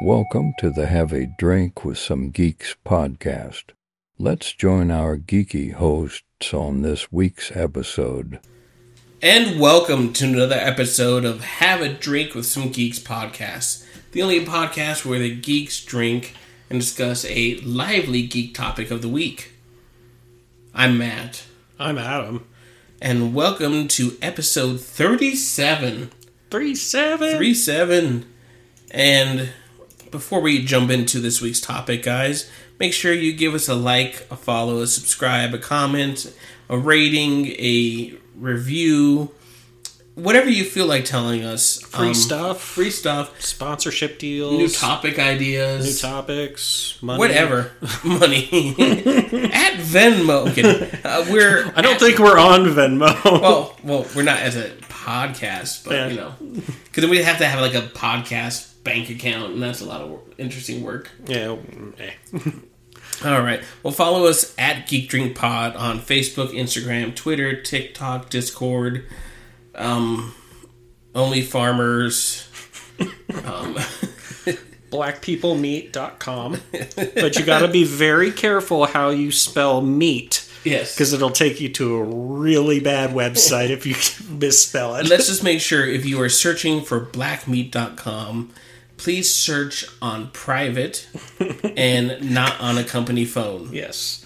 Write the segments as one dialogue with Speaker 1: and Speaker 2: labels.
Speaker 1: Welcome to the Have a Drink with Some Geeks podcast. Let's join our geeky hosts on this week's episode.
Speaker 2: And welcome to another episode of Have a Drink with Some Geeks podcast, the only podcast where the geeks drink and discuss a lively geek topic of the week. I'm Matt,
Speaker 3: I'm Adam.
Speaker 2: and welcome to episode 37.
Speaker 3: Three seven.
Speaker 2: 37. And before we jump into this week's topic, guys, make sure you give us a like, a follow, a subscribe, a comment, a rating, a review, whatever you feel like telling us.
Speaker 3: Free
Speaker 2: Um,
Speaker 3: stuff.
Speaker 2: Free stuff.
Speaker 3: sponsorship deals.
Speaker 2: New topic ideas.
Speaker 3: New topics. Money.
Speaker 2: Whatever. Money. at Venmo. Okay. Uh, we're.
Speaker 3: I don't think we're on Venmo.
Speaker 2: Well, well, we're not as a podcast, but
Speaker 3: Yeah.
Speaker 2: you know, because then we'd have to have like a podcast bank account, and that's a lot of work, interesting work.
Speaker 3: yeah. mm, eh.
Speaker 2: All right. Well, follow us at Geek Drink Pod on Facebook, Instagram, Twitter, TikTok, Discord, um, Only Farmers. um,
Speaker 3: Blackpeoplemeat.com. but you got to be very careful how you spell meat
Speaker 2: yes.
Speaker 3: because it'll take you to a really bad website if you misspell it.
Speaker 2: Let's just make sure if you are searching for blackmeat.com, please search on private and not on a company phone.
Speaker 3: yes.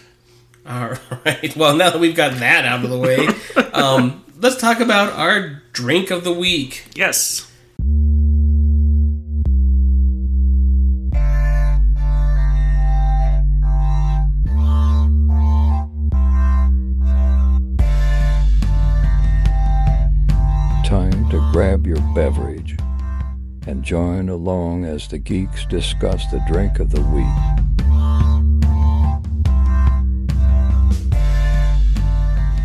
Speaker 2: All right. Well, now that we've got that out of the way, um, let's talk about our drink of the week.
Speaker 3: Yes.
Speaker 1: Time to grab your beverage and join along as the geeks discuss the drink of the week.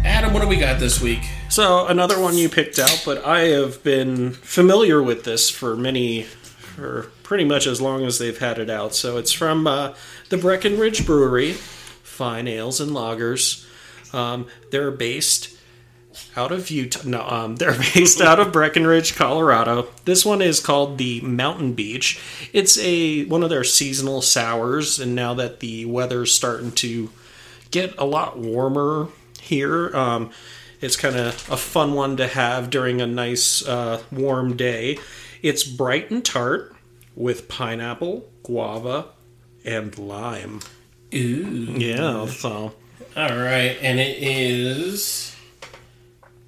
Speaker 2: Adam, what do we got this week?
Speaker 3: So another one you picked out, but I have been familiar with this for many, for pretty much as long as they've had it out. So it's from uh, the Breckenridge Brewery, fine ales and lagers. Um, they're based out of Utah. No, um, they're based out of Breckenridge, Colorado. This one is called the Mountain Beach. It's a one of their seasonal sours, and now that the weather's starting to get a lot warmer here. Um, it's kind of a fun one to have during a nice uh, warm day. It's bright and tart with pineapple, guava, and lime.
Speaker 2: Ooh.
Speaker 3: Yeah, so
Speaker 2: All right, and it is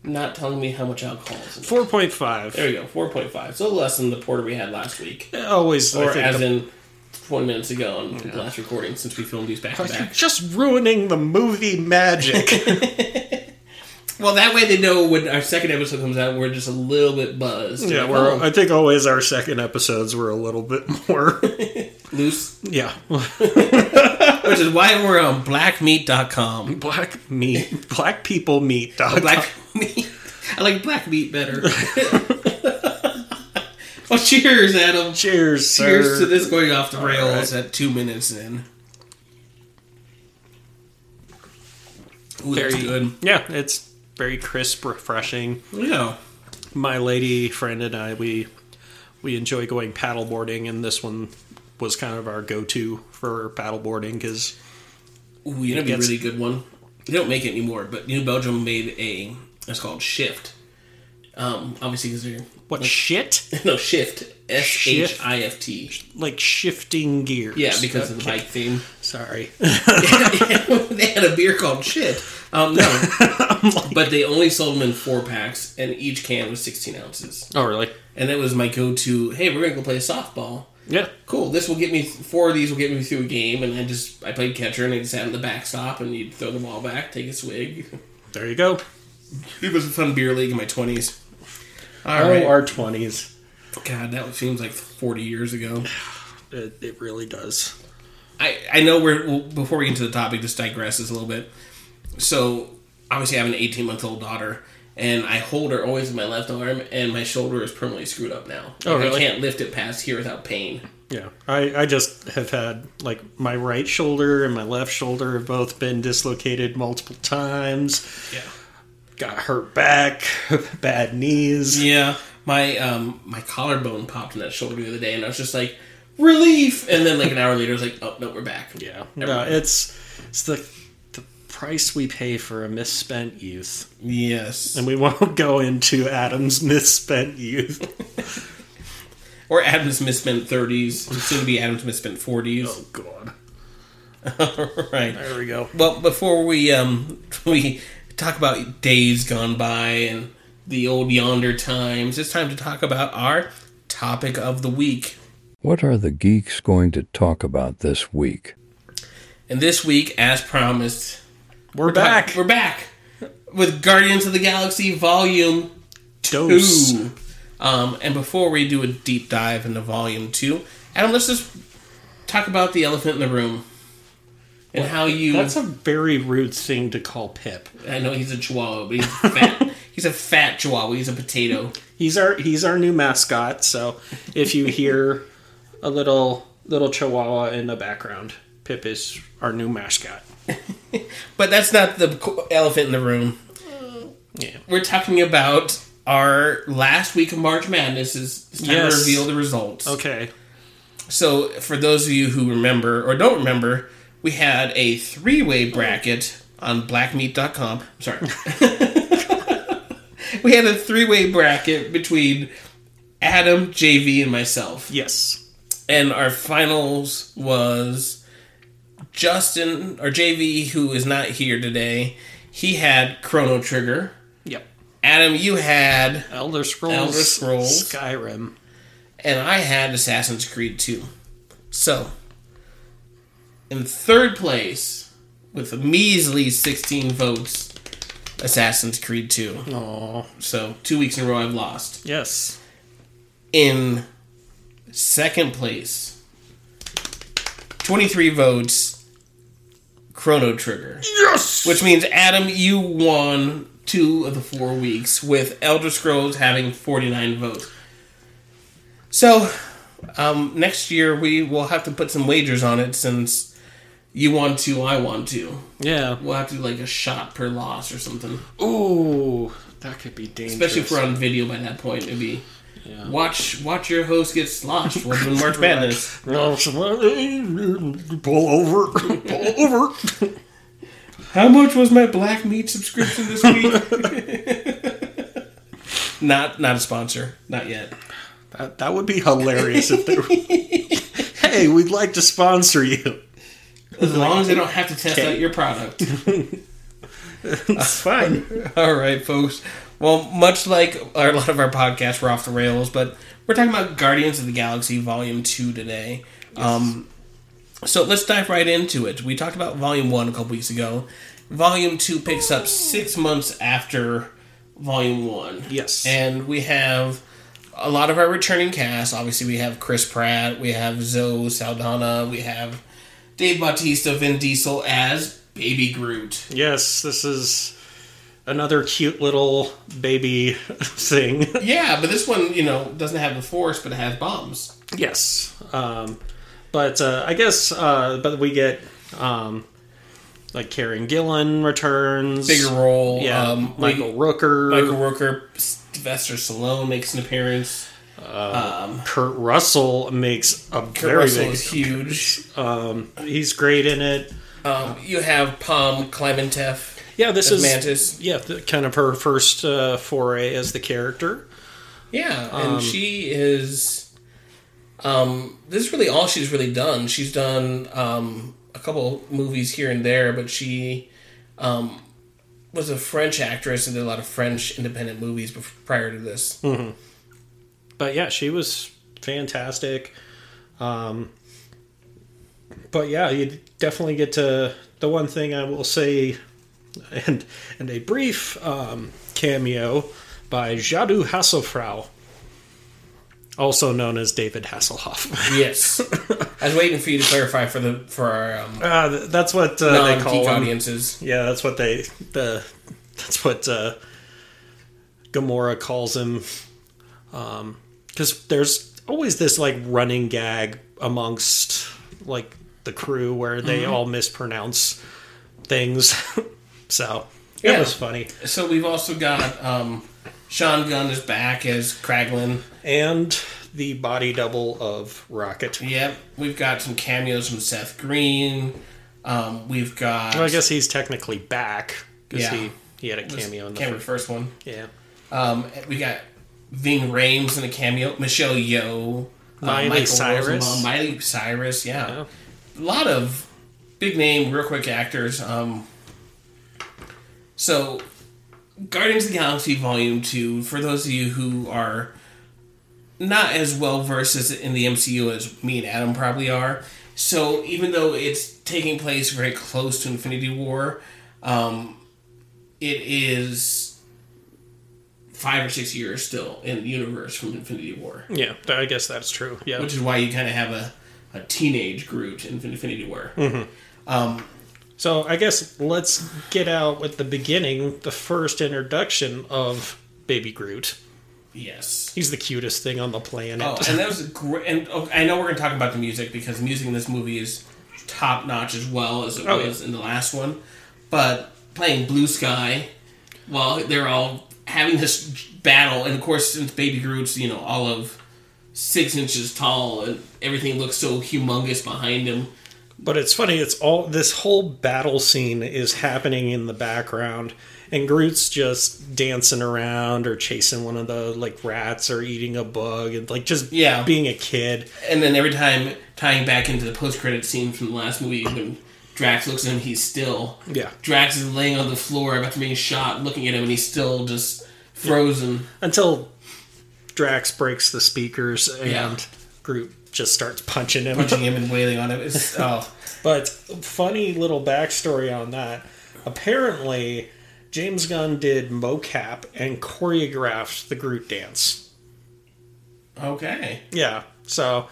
Speaker 2: not telling me how much alcohol is in it.
Speaker 3: 4.5.
Speaker 2: There we go, 4.5. So less than the porter we had last week.
Speaker 3: Always, I
Speaker 2: Or
Speaker 3: think
Speaker 2: as
Speaker 3: the-
Speaker 2: in 20 minutes ago on the last recording since we filmed these back to
Speaker 3: you're
Speaker 2: back.
Speaker 3: just ruining the movie magic.
Speaker 2: Well, that way they know when our second episode comes out, we're just a little bit buzzed.
Speaker 3: yeah,
Speaker 2: Like,
Speaker 3: we're,
Speaker 2: oh,
Speaker 3: I think always our second episodes were a little bit more.
Speaker 2: loose.
Speaker 3: yeah,
Speaker 2: Which is why we're on blackmeat.com.
Speaker 3: black meat, black people meat. Dog.
Speaker 2: Black meat. I like black meat better. well, cheers, Adam.
Speaker 3: Cheers, sir.
Speaker 2: Cheers to this going off the rails
Speaker 3: right.
Speaker 2: at two minutes in. Ooh, that's
Speaker 3: Very-
Speaker 2: good.
Speaker 3: Yeah, it's very crisp, refreshing.
Speaker 2: Yeah.
Speaker 3: My lady friend and I we we enjoy going paddleboarding, and this one was kind of our go-to for paddleboarding because
Speaker 2: Ooh, you know, be a
Speaker 3: gets-
Speaker 2: really good one. They don't make it anymore, but New Belgium made a. It's called Shift. Um, obviously, because they're
Speaker 3: what shit
Speaker 2: no Shift S H I F T.
Speaker 3: like shifting gears.
Speaker 2: Yeah, because of the bike theme.
Speaker 3: sorry,
Speaker 2: they had a beer called Shit. Um, no, but they only sold them in four packs, and each can was sixteen ounces.
Speaker 3: oh really?
Speaker 2: And that was my go-to. Hey, we're gonna go play softball.
Speaker 3: Yeah,
Speaker 2: cool, this will get me four of these will get me through a game, and I just I played catcher and I sat in the backstop and you'd throw the ball back, take a swig.
Speaker 3: there you go.
Speaker 2: It was a fun beer league in my twenties. All
Speaker 3: Oh,
Speaker 2: right,
Speaker 3: our twenties.
Speaker 2: God, that seems like forty years ago.
Speaker 3: It, it really does.
Speaker 2: I I know we're well, before we get to the topic, this digresses a little bit. So obviously, I have an eighteen month old daughter. And I hold her always in my left arm, and my shoulder is permanently screwed up now.
Speaker 3: Oh,
Speaker 2: Like, I
Speaker 3: really?
Speaker 2: can't lift it past here without pain.
Speaker 3: Yeah, I, I just have had like my right shoulder and my left shoulder have both been dislocated multiple times.
Speaker 2: Yeah.
Speaker 3: got hurt back, bad knees.
Speaker 2: Yeah, my um my collarbone popped in that shoulder the other day, and I was just like, relief, and then like an hour later, it's like, oh no, we're back.
Speaker 3: Yeah. No, it's it's the the price we pay for a misspent youth.
Speaker 2: Yes.
Speaker 3: And we won't go into Adam's misspent youth.
Speaker 2: Or Adam's misspent thirties, soon to be Adam's misspent forties.
Speaker 3: Oh god. Oh,
Speaker 2: All right.
Speaker 3: There we go.
Speaker 2: Well, before we um we talk about days gone by and the old yonder times, it's time to talk about our topic of the week.
Speaker 1: What are the geeks going to talk about this week?
Speaker 2: And this week, as promised,
Speaker 3: We're back.
Speaker 2: We're back with Guardians of the Galaxy Volume
Speaker 3: Dose.
Speaker 2: Two. Um, and before we do a deep dive into Volume Two, Adam, let's just talk about the elephant in the room and how you.
Speaker 3: That's a very rude thing to call Pip.
Speaker 2: I know he's a Chihuahua, but he's fat. he's a fat Chihuahua. He's a potato.
Speaker 3: He's our he's our new mascot, so if you hear a little little chihuahua in the background, Pip is our new mascot.
Speaker 2: But that's not the co- elephant in the room.
Speaker 3: Yeah.
Speaker 2: We're talking about our last week of March Madness. Is it's time
Speaker 3: Yes.
Speaker 2: to reveal the results.
Speaker 3: Okay.
Speaker 2: So, for those of you who remember or don't remember, we had a three way bracket on blackmeat.com. I'm sorry. we had a three way bracket between Adam, JV, and myself.
Speaker 3: Yes.
Speaker 2: And our finals was Justin, or JV, who is not here today. He had Chrono Trigger.
Speaker 3: Yep.
Speaker 2: Adam, you had,
Speaker 3: Elder Scrolls,
Speaker 2: Elder Scrolls.
Speaker 3: Skyrim.
Speaker 2: and I had Assassin's Creed 2. So, in third place, with a measly 16 votes, Assassin's Creed 2.
Speaker 3: Oh,
Speaker 2: So, two weeks in a row I've lost.
Speaker 3: yes.
Speaker 2: In second place, 23 votes, Chrono Trigger.
Speaker 3: Yes.
Speaker 2: Which means, Adam, you won two of the four weeks, with Elder Scrolls having 49 votes. So, um, next year we will have to put some wagers on it since you want to, I want to.
Speaker 3: Yeah.
Speaker 2: We'll have to do like a shot per loss or something.
Speaker 3: Ooh, that could be dangerous.
Speaker 2: Especially if we're on video by that point, it'd be.
Speaker 3: Yeah.
Speaker 2: Watch, watch your host get sloshed while doing March Madness.
Speaker 3: No, somebody- pull over, pull over.
Speaker 2: How much was my black meat subscription this week? not, not a sponsor, not yet.
Speaker 3: That, that would be hilarious if they. Were... hey, we'd like to sponsor you.
Speaker 2: As long as they don't have to test out your product.
Speaker 3: It's fine.
Speaker 2: All right, folks. Well, much like our, a lot of our podcasts, we're off the rails, but we're talking about Guardians of the Galaxy Volume 2 today. Um, so let's dive right into it. We talked about Volume 1 a couple weeks ago. Volume 2 picks up six months after Volume 1.
Speaker 3: Yes.
Speaker 2: And we have a lot of our returning cast. Obviously, we have Chris Pratt, we have Zoe Saldana, we have Dave Bautista, Vin Diesel as Baby Groot.
Speaker 3: yes, this is another cute little baby thing.
Speaker 2: Yeah, but this one, you know, doesn't have the force, but it has bombs.
Speaker 3: Yes, um, but uh, I guess uh, but we get um, like Karen Gillan returns,
Speaker 2: Bigger role.
Speaker 3: yeah,
Speaker 2: um,
Speaker 3: Michael
Speaker 2: we-
Speaker 3: Rooker,
Speaker 2: Michael Rooker, Sylvester Stallone makes an appearance.
Speaker 3: Kurt Russell makes a
Speaker 2: Kurt
Speaker 3: very
Speaker 2: Russell
Speaker 3: big.
Speaker 2: is huge.
Speaker 3: Um, he's great in it.
Speaker 2: Um, you have Palm Clementeff.
Speaker 3: Yeah, this
Speaker 2: As
Speaker 3: is
Speaker 2: Mantis.
Speaker 3: yeah the, kind of her first uh, foray as the character.
Speaker 2: Yeah,
Speaker 3: um,
Speaker 2: and she is. Um, this is really all she's really done. She's done um, a couple movies here and there, but she um, was a French actress and did a lot of French independent movies before, prior to this.
Speaker 3: But yeah, she was fantastic. Um, but yeah, you definitely get to the one thing I will say, and and a brief um, cameo by Jadu Hasselfrau, also known as David Hasselhoff.
Speaker 2: Yes, I was waiting for you to clarify for the for our um,
Speaker 3: uh, th- that's what uh, they
Speaker 2: non-geek
Speaker 3: call him.
Speaker 2: audiences.
Speaker 3: Yeah, that's what they the that's what uh, Gamora calls him. Because there's always this like running gag amongst like the crew where they all mispronounce things. so
Speaker 2: Yeah.
Speaker 3: it was funny.
Speaker 2: So we've also got um, Sean Gunn is back as Kraglin.
Speaker 3: And the body double of Rocket.
Speaker 2: Yep, we've got some cameos from Seth Green. Um, we've got
Speaker 3: Well, I guess he's technically back because
Speaker 2: Yeah.
Speaker 3: he, he had a cameo in the
Speaker 2: cameo first one.
Speaker 3: yeah.
Speaker 2: Um, we got Ving Rhames in a cameo. Michelle Yeoh, uh,
Speaker 3: Miley
Speaker 2: Michael
Speaker 3: Cyrus.
Speaker 2: Rosenbaum, Miley Cyrus. Yeah. a lot of big name, real quick actors. Um, so, Guardians of the Galaxy Volume Two. For those of you who are not as well versed in the MCU as me and Adam probably are, so even though it's taking place very close to Infinity War, um, it is five or six years still in the universe from Infinity War
Speaker 3: Yeah, th- I guess that's true. Yeah.
Speaker 2: which is why you kind of have a, a teenage Groot in Infinity War.
Speaker 3: Hmm. so I guess let's get out with the beginning, the first introduction of Baby Groot.
Speaker 2: Yes.
Speaker 3: He's the cutest thing on the planet.
Speaker 2: Oh, and that was a great. And oh, I know we're going to talk about the music because the music in this movie is top notch as well as it
Speaker 3: Oh, yeah.
Speaker 2: was in the last one. But playing Blue Sky while they're all having this battle, and of course, since Baby Groot's you know all of six inches tall, and everything looks so humongous behind him.
Speaker 3: But it's funny, it's all this whole battle scene is happening in the background and Groot's just dancing around or chasing one of the like rats or eating a bug and like just
Speaker 2: Yeah.
Speaker 3: being a kid.
Speaker 2: And then every time tying back into the post credit scene from the last movie when Drax looks at him, he's still.
Speaker 3: Yeah.
Speaker 2: Drax is laying on the floor about to be shot, looking at him, and he's still just frozen.
Speaker 3: Until Drax breaks the speakers and
Speaker 2: Yeah.
Speaker 3: Groot just starts punching him.
Speaker 2: Punching him and wailing on him. It's, oh,
Speaker 3: But funny little backstory on that. Apparently, James Gunn did mocap and choreographed the Groot dance.
Speaker 2: okay.
Speaker 3: Yeah, so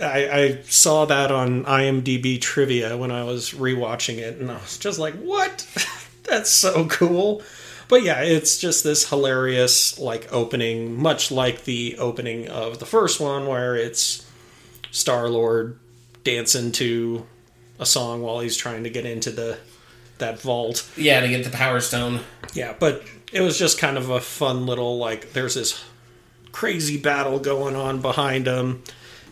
Speaker 3: I, I saw that on IMDb trivia when I was rewatching it, and I was just like, "What? That's so cool!" But yeah, it's just this hilarious like opening, much like the opening of the first one, where it's Star Lord dancing to a song while he's trying to get into the that vault.
Speaker 2: Yeah, to get the Power Stone.
Speaker 3: Yeah, but it was just kind of a fun little like there's this crazy battle going on behind him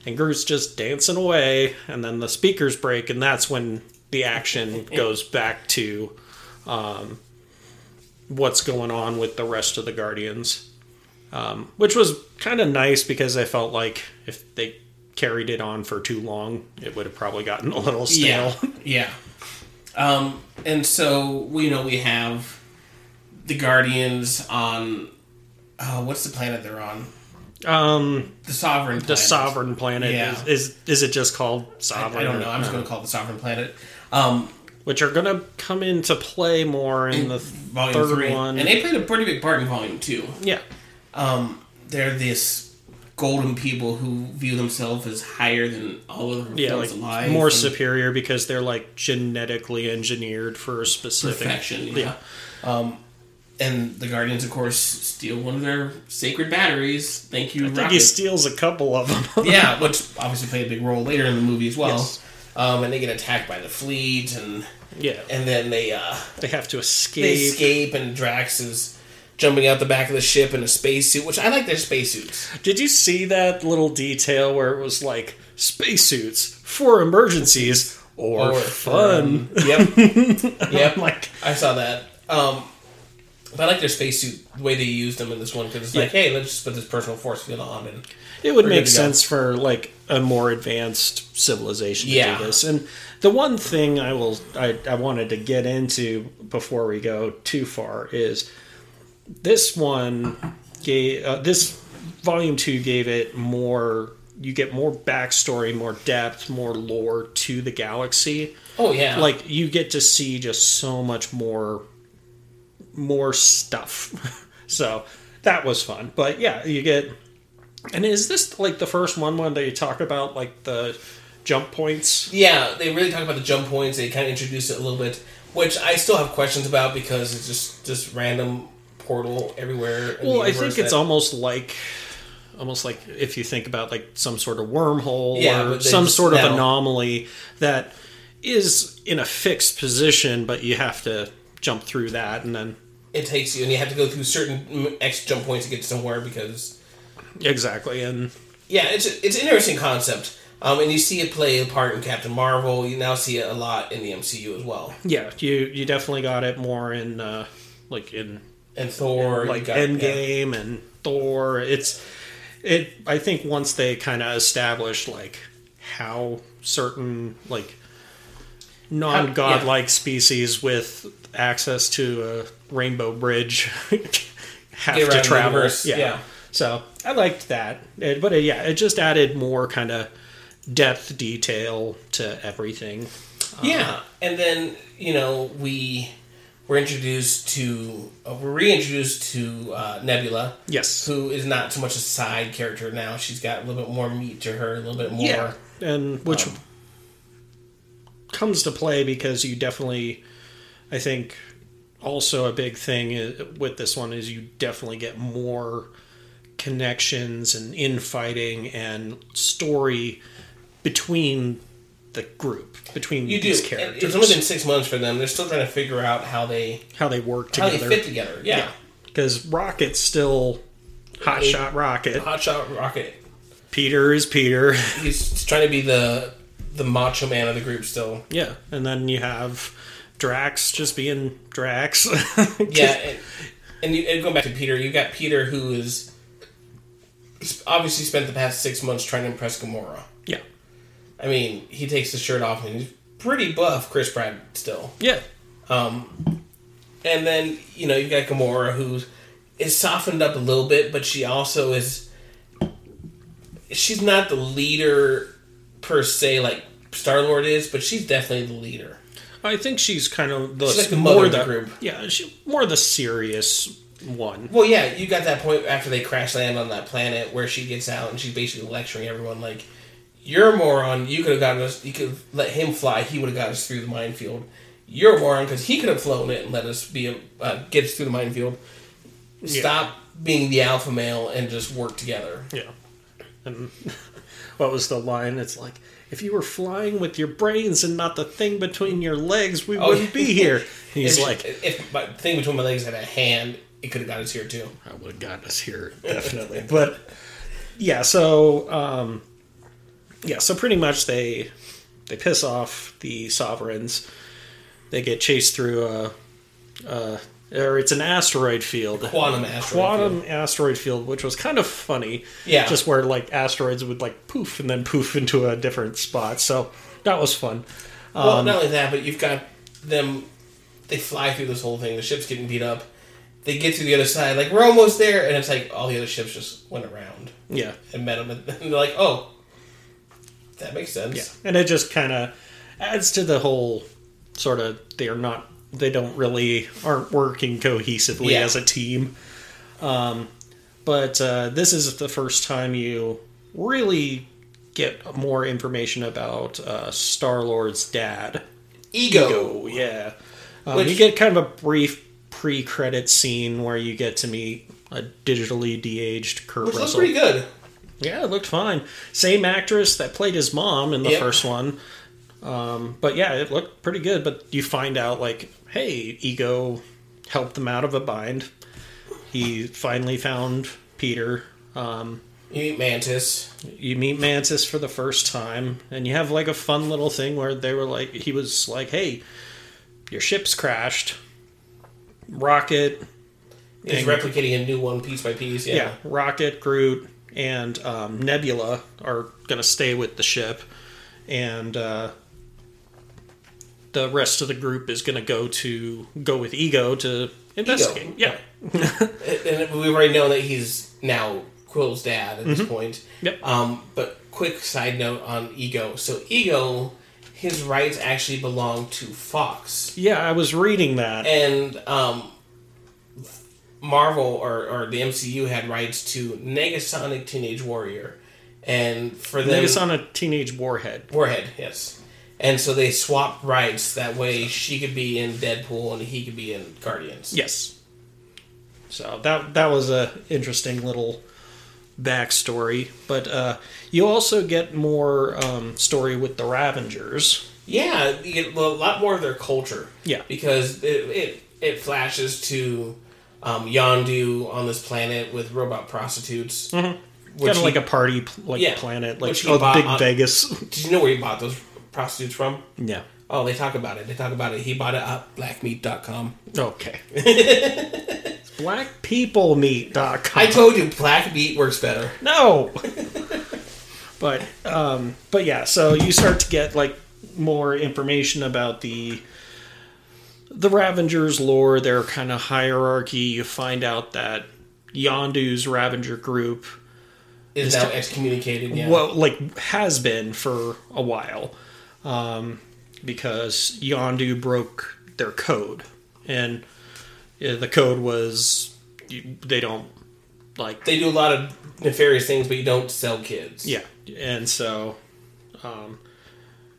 Speaker 3: and Groot's just dancing away and then the speakers break and that's when the action goes back to um, what's going on with the rest of the Guardians. Um, which was kind of nice because I felt like if they carried it on for too long, it would have probably gotten a little stale.
Speaker 2: Yeah. yeah. Um, and so we know we have the Guardians on. Uh, what's the planet they're on?
Speaker 3: Um,
Speaker 2: The Sovereign
Speaker 3: the
Speaker 2: planet.
Speaker 3: Sovereign Planet
Speaker 2: Yeah.
Speaker 3: is, is is it just called Sovereign?
Speaker 2: I don't know. I'm just going to call it the Sovereign Planet. Um,
Speaker 3: which are going to come into play more in the
Speaker 2: volume
Speaker 3: third
Speaker 2: three.
Speaker 3: one.
Speaker 2: And they played a pretty big part in Volume 2.
Speaker 3: yeah,
Speaker 2: they're this golden people who view themselves as higher than all of them
Speaker 3: yeah, like
Speaker 2: alive.
Speaker 3: more
Speaker 2: and
Speaker 3: superior because they're like genetically engineered for a specific
Speaker 2: perfection. Yeah. Um, and the Guardians, of course, steal one of their sacred batteries. Thank you,
Speaker 3: I think
Speaker 2: Rocket.
Speaker 3: he steals a couple of them.
Speaker 2: yeah, which obviously played a big role later in the movie as well.
Speaker 3: Yes.
Speaker 2: Um, and they get attacked by the fleet, and
Speaker 3: yeah,
Speaker 2: and then they uh,
Speaker 3: they have to escape.
Speaker 2: they escape, and Drax is jumping out the back of the ship in a spacesuit, which I like their spacesuits.
Speaker 3: Did you see that little detail where it was like spacesuits for emergencies or,
Speaker 2: Or
Speaker 3: fun?
Speaker 2: Yep.
Speaker 3: Oh
Speaker 2: yep.
Speaker 3: like,
Speaker 2: I saw that. Um, but I like their spacesuit, the way they used them in this one, because it's like, hey, let's just put this personal force field on. And
Speaker 3: It would
Speaker 2: We're
Speaker 3: make
Speaker 2: good to go.
Speaker 3: sense for like a more advanced civilization to
Speaker 2: Yeah.
Speaker 3: do this. And the one thing I will I, I wanted to get into before we go too far is this one gave uh, this volume two gave it more. You get more backstory, more depth, more lore to the galaxy.
Speaker 2: oh yeah,
Speaker 3: Like you get to see just so much more, more stuff. so that was fun. But yeah, you get. And is this like the first one one that you talk about, like the jump points?
Speaker 2: yeah, they really talk about the jump points. They kind of introduce it a little bit, which I still have questions about because it's just just random portal everywhere. In
Speaker 3: Well,
Speaker 2: the
Speaker 3: I
Speaker 2: universe
Speaker 3: think it's
Speaker 2: that-
Speaker 3: almost like, almost like if you think about like some sort of wormhole
Speaker 2: Yeah,
Speaker 3: or
Speaker 2: but they
Speaker 3: some
Speaker 2: just
Speaker 3: sort of
Speaker 2: now-
Speaker 3: anomaly that is in a fixed position, but you have to jump through that, and then
Speaker 2: it takes you, and you have to go through certain mm, X jump points to get somewhere because
Speaker 3: exactly, and
Speaker 2: yeah, it's it's an interesting concept. Um, and you see it play a part in Captain Marvel. You now see it a lot in the MCU as well.
Speaker 3: Yeah, you you definitely got it more in uh, like in
Speaker 2: And Thor,
Speaker 3: like
Speaker 2: you got- yeah.
Speaker 3: Endgame and Thor. It's it. I think once they kind of established like how certain like non-godlike species with access to a rainbow bridge
Speaker 2: Get around
Speaker 3: have to
Speaker 2: the
Speaker 3: travel.
Speaker 2: universe,
Speaker 3: Yeah.
Speaker 2: yeah.
Speaker 3: So I liked that, It- but uh, yeah, it just added more kind of depth detail to everything. Uh-huh.
Speaker 2: Yeah, and then you know we were introduced to uh, we're reintroduced to uh, Nebula,
Speaker 3: Yes.
Speaker 2: who is not so much a side character now. She's got a little bit more meat to her, a little bit more.
Speaker 3: Yeah, and which
Speaker 2: um,
Speaker 3: comes to play because you definitely, I think, also a big thing i- with this one is you definitely get more connections and infighting and story between the group between
Speaker 2: You do.
Speaker 3: these
Speaker 2: And It's
Speaker 3: characters,
Speaker 2: only been six months for them. They're still trying to figure out how they
Speaker 3: how they work
Speaker 2: how they fit
Speaker 3: together.
Speaker 2: together. Yeah,
Speaker 3: Because Rocket's still hotshot Rocket.
Speaker 2: Hotshot Rocket.
Speaker 3: Peter is Peter.
Speaker 2: He's trying to be the the macho man of the group still.
Speaker 3: Yeah, and then you have Drax just being Drax.
Speaker 2: Yeah, and, and, you, and going back to Peter, you got Peter who is he's obviously spent the past six months trying to impress Gamora.
Speaker 3: yeah,
Speaker 2: I mean, he takes his shirt off and he's pretty buff, Chris Pratt still.
Speaker 3: yeah,
Speaker 2: And then you know you got Gamora who is softened up a little bit, but she also is she's not the leader per se like Star Lord is, but she's definitely the leader.
Speaker 3: I think she's kind of the,
Speaker 2: She's like the mother
Speaker 3: more
Speaker 2: of the group.
Speaker 3: Yeah, she more the serious one.
Speaker 2: Well, yeah, you got that point after they crash land on that planet where she gets out and she's basically lecturing everyone like, "You're a moron. You could have gotten us. You could have let him fly. He would have got us through the minefield. You're a moron because he could have flown it and let us be a, uh, get us through the minefield. Stop being the alpha male and just work together."
Speaker 3: Yeah. And what was the line? It's like if you were flying with your brains and not the thing between your legs,
Speaker 2: Oh,
Speaker 3: we wouldn't be here. And he's
Speaker 2: If-
Speaker 3: like,
Speaker 2: "If my thing between my legs had a hand, it could have got us here too."
Speaker 3: I would have gotten us here definitely. but yeah, so um, yeah, so pretty much they they piss off the sovereigns. They get chased through a, a or it's an asteroid field.
Speaker 2: Quantum asteroid.
Speaker 3: Quantum asteroid field, which was kind of funny.
Speaker 2: Yeah.
Speaker 3: Just where like asteroids would like poof and then poof into a different spot. So that was fun.
Speaker 2: Well,
Speaker 3: Um,
Speaker 2: not only that, but you've got them. They fly through this whole thing. The ship's getting beat up. They get to the other side, like we're almost there, and it's like all the other ships just went around
Speaker 3: Yeah.
Speaker 2: and met them, and they're like, "Oh, that makes sense."
Speaker 3: Yeah, and it just kind of adds to the whole sort of they're not they don't really aren't working cohesively
Speaker 2: Yeah.
Speaker 3: as a team. Um, but uh, this is the first time you really get more information about uh, Star Lord's dad.
Speaker 2: Ego.
Speaker 3: Oh yeah, um,
Speaker 2: Which-
Speaker 3: you get kind of a brief pre-credit scene where you get to meet a digitally de-aged Kurt
Speaker 2: which looks
Speaker 3: Russell.
Speaker 2: pretty good.
Speaker 3: Yeah, it looked fine. Same actress that played his mom in the
Speaker 2: Yep.
Speaker 3: first one. Um, but yeah, it looked pretty good. But you find out, like, hey, Ego helped them out of a bind. He finally found Peter. Um,
Speaker 2: You meet Mantis.
Speaker 3: you meet Mantis for the first time, and you have like a fun little thing where they were like, he was like, hey, your ship's crashed. Rocket,
Speaker 2: He's
Speaker 3: Dang.
Speaker 2: replicating a new one piece by piece. Yeah.
Speaker 3: yeah, Rocket, Groot, and um, Nebula are going to stay with the ship, and uh, the rest of the group is going to go to go with Ego to investigate. Yeah,
Speaker 2: And we already know that he's now Quill's dad at this point.
Speaker 3: Mm-hmm. Yep.
Speaker 2: Um, but quick side note on Ego. So Ego, his rights actually belong to Fox.
Speaker 3: yeah. I was reading that.
Speaker 2: and um, Marvel or, or the MCU had rights to Negasonic Teenage Warrior, and for them,
Speaker 3: Vegas on a teenage warhead.
Speaker 2: Warhead, yes, and so they swapped rights. That way, she could be in Deadpool and he could be in Guardians.
Speaker 3: Yes. So that that was a interesting little backstory, but uh, you also get more um, story with the Ravengers.
Speaker 2: Yeah, you get a lot more of their culture.
Speaker 3: Yeah.
Speaker 2: because it it, it flashes to um, Yondu on this planet with robot prostitutes.
Speaker 3: kind
Speaker 2: he-
Speaker 3: of Mm-hmm. like a party pl- like
Speaker 2: Yeah.
Speaker 3: planet, like
Speaker 2: Which he
Speaker 3: oh,
Speaker 2: bought
Speaker 3: big
Speaker 2: on-
Speaker 3: Vegas.
Speaker 2: Did you know where he bought those prostitutes from?
Speaker 3: yeah.
Speaker 2: Oh, they talk about it. They talk about it. He bought it at blackmeat.com.
Speaker 3: Okay. it's blackpeoplemeat.com.
Speaker 2: I told you, black meat works better.
Speaker 3: No. but um, but yeah, so you start to get like more information about the the Ravengers lore, their kind of hierarchy. You find out that Yondu's Ravenger group
Speaker 2: Is now excommunicated. Yeah.
Speaker 3: well like has been for a while um, because Yondu broke their code and uh, the code was you- they don't like
Speaker 2: They do a lot of nefarious things, but you don't sell kids.
Speaker 3: Yeah, and so um,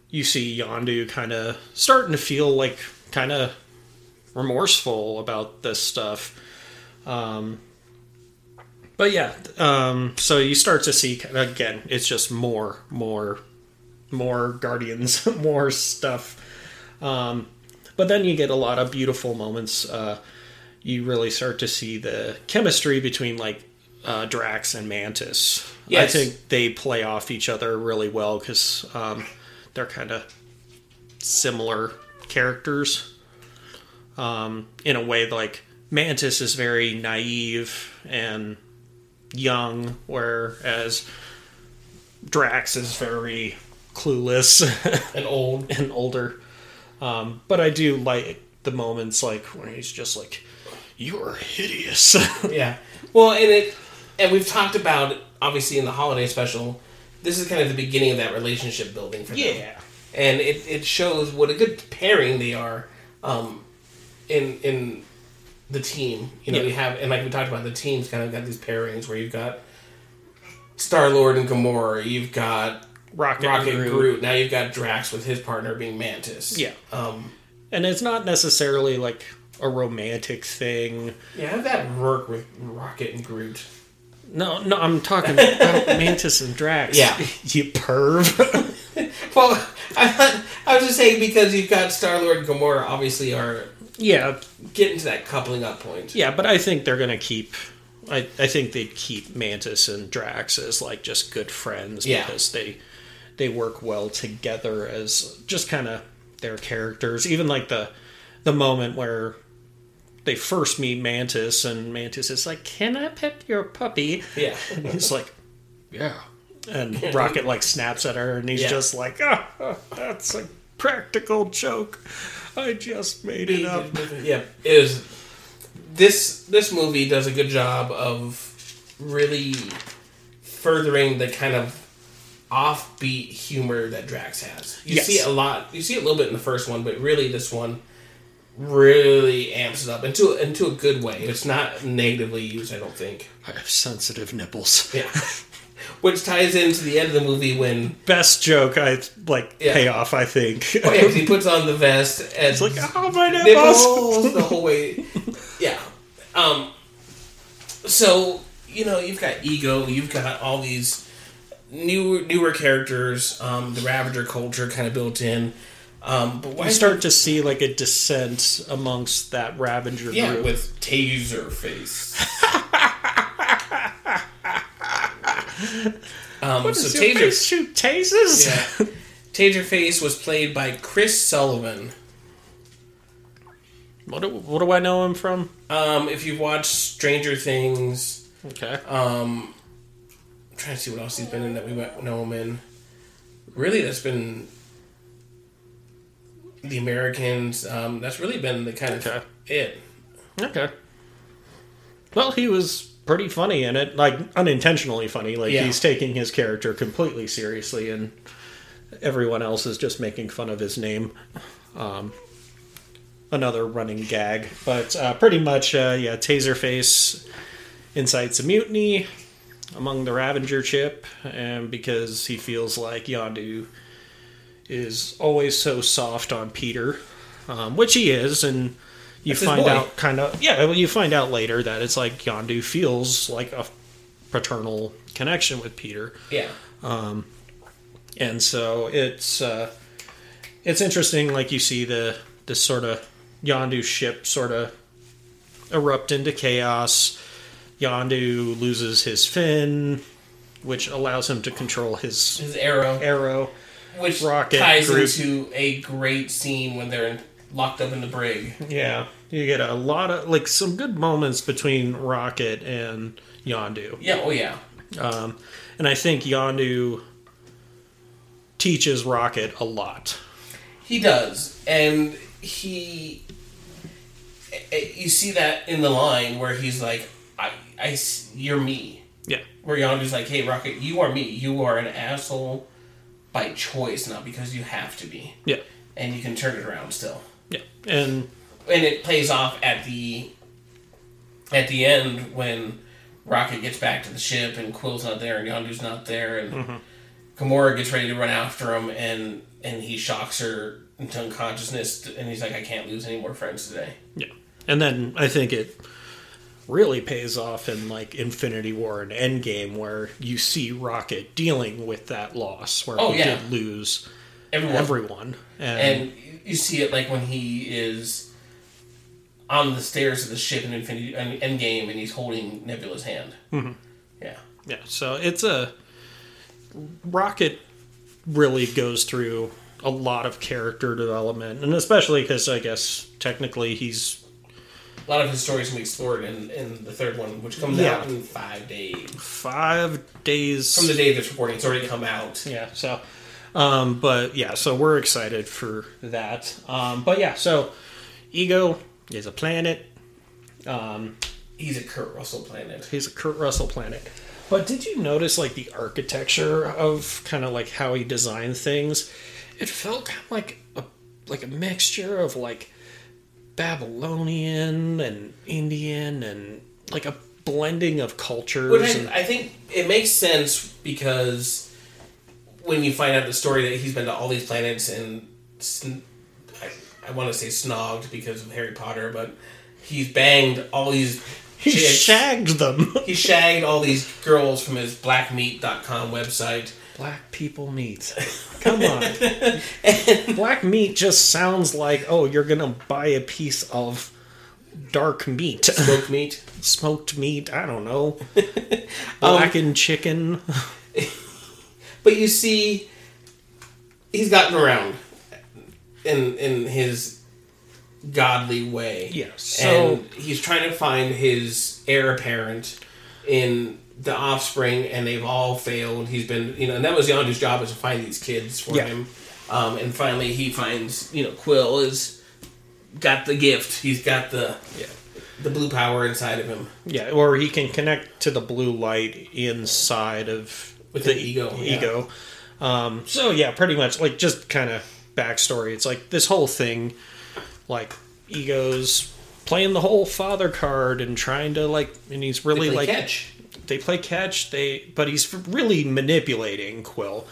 Speaker 3: you see Yondu kind of starting to feel like kind of remorseful about this stuff. Um, but yeah, um, so you start to see again. It's just more, more, more guardians, more stuff. Um, but then you get a lot of beautiful moments. Uh, you really start to see the chemistry between like uh, Drax and Mantis.
Speaker 2: Yes.
Speaker 3: I think they play off each other really well because um, they're kind of similar characters. Um, in a way, like Mantis is very naive and young, whereas Drax is very clueless
Speaker 2: And old.
Speaker 3: and older. Um, but I do like the moments like when he's just like, "You are hideous."
Speaker 2: Yeah. Well, and it, and we've talked about it, obviously in the holiday special. This is kind of the beginning of that relationship building for them. and it, it shows what a good pairing they are um, in in the team. You know,
Speaker 3: Yeah.
Speaker 2: you have and like we talked about, the teams kind of got these pairings where you've got Star Lord and Gamora, you've got
Speaker 3: Rocket,
Speaker 2: Rocket
Speaker 3: Groot.
Speaker 2: Groot. now you've got Drax with his partner being Mantis.
Speaker 3: Yeah,
Speaker 2: Um,
Speaker 3: and it's not necessarily like a romantic thing.
Speaker 2: yeah, how did that work with Rocket and Groot?
Speaker 3: No, no, I'm talking about Mantis and Drax.
Speaker 2: Yeah.
Speaker 3: you perv.
Speaker 2: Well, I, I was just saying because you've got Star Lord and Gamora obviously are
Speaker 3: yeah,
Speaker 2: getting to that coupling up point.
Speaker 3: yeah, but I think they're gonna keep. I, I think they'd keep Mantis and Drax as like just good friends
Speaker 2: Yeah.
Speaker 3: because they they work well together as just kind of their characters. Even like the the moment where they first meet Mantis and Mantis is like, "Can I pet your puppy?"
Speaker 2: Yeah.
Speaker 3: And he's like, "Yeah." And Rocket like snaps at her, and he's
Speaker 2: Yeah.
Speaker 3: just like, "Ah, that's a practical joke. I just made it up."
Speaker 2: Yeah, it is. This this movie does a good job of really furthering the kind of offbeat humor that Drax has. You
Speaker 3: Yes.
Speaker 2: see it a lot. You see it a little bit in the first one, but really this one really amps it up into into a good way. It's not negatively used, I don't think.
Speaker 3: I have sensitive nipples.
Speaker 2: Yeah. Which ties into the end of the movie when
Speaker 3: Best joke I like
Speaker 2: Yeah.
Speaker 3: payoff. I think.
Speaker 2: oh yeah, he puts on the vest and
Speaker 3: like oh my nipples.
Speaker 2: nipples the whole way. Yeah. Um. So you know you've got ego, you've got all these new newer characters, um, the Ravager culture kind of built in. Um, but why
Speaker 3: You start to see like a dissent amongst that Ravenger
Speaker 2: yeah
Speaker 3: group.
Speaker 2: with Taser Face? um, so Taser
Speaker 3: shoot tasers?
Speaker 2: Yeah. Taserface was played by Chris Sullivan.
Speaker 3: What, do, what do I know him from?
Speaker 2: Um, if you've watched Stranger Things,
Speaker 3: Okay.
Speaker 2: Um, I'm trying to see what else he's been in that we might know him in. Really, that's been the Americans. Um, that's really been the kind of
Speaker 3: Okay.
Speaker 2: it.
Speaker 3: Okay. Well, he was pretty funny in it, like unintentionally funny. Like
Speaker 2: Yeah.
Speaker 3: he's taking his character completely seriously, and everyone else is just making fun of his name. Um, another running gag, but uh, pretty much, uh, yeah. Taserface incites a mutiny among the Ravenger chip, and because he feels like Yondu is always so soft on Peter, um, which he is, and you
Speaker 2: That's his
Speaker 3: find
Speaker 2: boy.
Speaker 3: out kind of yeah, well, you find out later that it's like Yondu feels like a paternal connection with Peter,
Speaker 2: Yeah,
Speaker 3: and so it's uh, it's interesting. Like you see the this sort of Yondu ship sort of erupt into chaos. Yondu loses his fin. which allows him to control his
Speaker 2: His arrow,
Speaker 3: arrow.
Speaker 2: which
Speaker 3: rocket
Speaker 2: ties
Speaker 3: group.
Speaker 2: into a great scene when they're in, locked up in the brig.
Speaker 3: Yeah, you get a lot of like some good moments between Rocket and Yondu,
Speaker 2: Yeah, oh yeah.
Speaker 3: um, and I think Yondu teaches Rocket a lot.
Speaker 2: He does, and he. eh, eh, You see that in the line where he's like, "I, I s- you're me."
Speaker 3: Yeah,
Speaker 2: Where Yondu's like, "Hey, Rocket, you are me. You are an asshole by choice, not because you have to be,
Speaker 3: yeah,
Speaker 2: and you can turn it around still."
Speaker 3: yeah, and
Speaker 2: And it plays off at the at the end when Rocket gets back to the ship and Quill's not there and Yondu's not there and Gamora gets ready to run after him and and he shocks her into unconsciousness and he's like, I can't lose any more friends today.
Speaker 3: yeah, and then I think it really pays off in like Infinity War and Endgame, where you see Rocket dealing with that loss, where
Speaker 2: Oh,
Speaker 3: he
Speaker 2: yeah.
Speaker 3: did lose
Speaker 2: Everyone
Speaker 3: everyone, and,
Speaker 2: and you see it like when he is on the stairs of the ship in Infinity in Endgame and he's holding Nebula's hand. Mm-hmm. Yeah.
Speaker 3: yeah, so it's a Rocket really goes through a lot of character development, and especially because I guess technically he's
Speaker 2: A lot of his stories can be explored in, in the third one, which comes
Speaker 3: Yeah.
Speaker 2: out in five days.
Speaker 3: five days
Speaker 2: From the day of this recording, it's already come out.
Speaker 3: Yeah. So, um, but yeah, so we're excited for that. Um, but yeah, so Ego is a planet.
Speaker 2: He's a Kurt Russell planet.
Speaker 3: He's a Kurt Russell planet. But did you notice like the architecture of kind of like how he designed things? It felt kind of like a like a mixture of like Babylonian and Indian and like a blending of
Speaker 2: But
Speaker 3: cultures. and,
Speaker 2: I, I think it makes sense because when you find out the story that he's been to all these planets and sn- I, I want to say snogged because of Harry Potter, but he's banged all these
Speaker 3: he
Speaker 2: chicks.
Speaker 3: shagged them.
Speaker 2: he shagged all these girls from his blackmeat.com website.
Speaker 3: Black people meat. Come on. Black meat just sounds like, oh, you're going to buy a piece of dark meat.
Speaker 2: Smoked meat.
Speaker 3: Smoked meat, I don't know.
Speaker 2: Um,
Speaker 3: Blackened chicken.
Speaker 2: But you see, he's gotten around in in his godly way.
Speaker 3: Yeah, so-
Speaker 2: and he's trying to find his heir apparent in the offspring, and they've all failed. He's been, you know, and that was Yondu's job is to find these kids for
Speaker 3: Yeah.
Speaker 2: him. Um, and finally, he finds, you know, Quill is got the gift. He's got the
Speaker 3: Yeah.
Speaker 2: the blue power inside of him.
Speaker 3: Yeah, or he can connect to the blue light inside of
Speaker 2: With
Speaker 3: the
Speaker 2: an ego, yeah.
Speaker 3: Ego. Um, so yeah, pretty much like just kind of backstory. It's like this whole thing, like egos playing the whole father card and trying to like, and he's really
Speaker 2: Play
Speaker 3: like
Speaker 2: catch.
Speaker 3: they play catch. They but he's really manipulating Quill,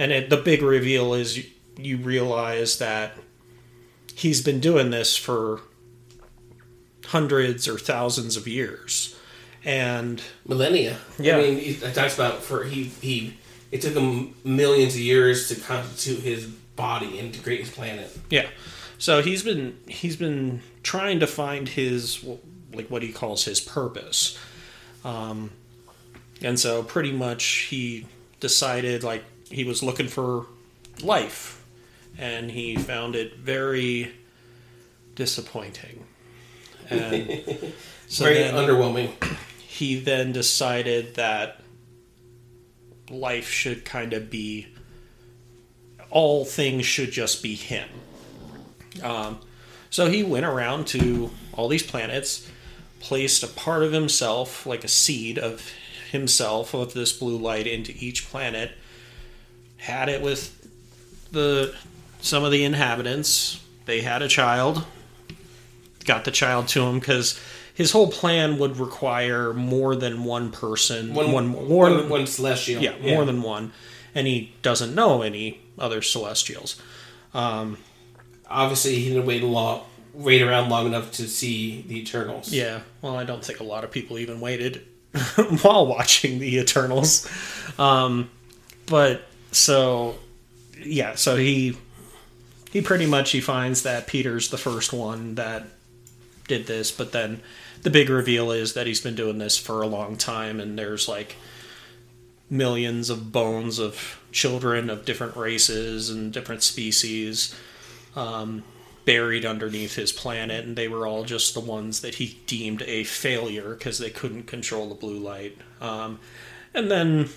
Speaker 3: and it, the big reveal is you, you realize that he's been doing this for hundreds or thousands of years, and
Speaker 2: millennia.
Speaker 3: Yeah.
Speaker 2: I mean, he- it talks about for he he it took him millions of years to constitute his body and to create his planet.
Speaker 3: yeah, so he's been he's been trying to find his like what he calls his purpose, um, and so pretty much he decided like he was looking for life and he found it very disappointing. And so
Speaker 2: Very
Speaker 3: then
Speaker 2: underwhelming.
Speaker 3: he then decided that life should kind of be all things should just be him. Um, so he went around to all these planets, placed a part of himself, like a seed of himself, of this blue light into each planet, had it with the some of the inhabitants. They had a child. Got the child to him because his whole plan would require more than one person,
Speaker 2: One
Speaker 3: one
Speaker 2: one
Speaker 3: more
Speaker 2: one celestial.
Speaker 3: yeah, more than one, and he doesn't know any other Celestials.
Speaker 2: obviously he didn't wait a long wait around long enough to see the Eternals.
Speaker 3: Yeah, well, I don't think a lot of people even waited while watching the Eternals. Um, but so, yeah, so he he pretty much he finds that Peter's the first one that did this, but then the big reveal is that he's been doing this for a long time, and there's like millions of bones of children of different races and different species um, buried underneath his planet, and they were all just the ones that he deemed a failure because they couldn't control the blue light. Um, and then,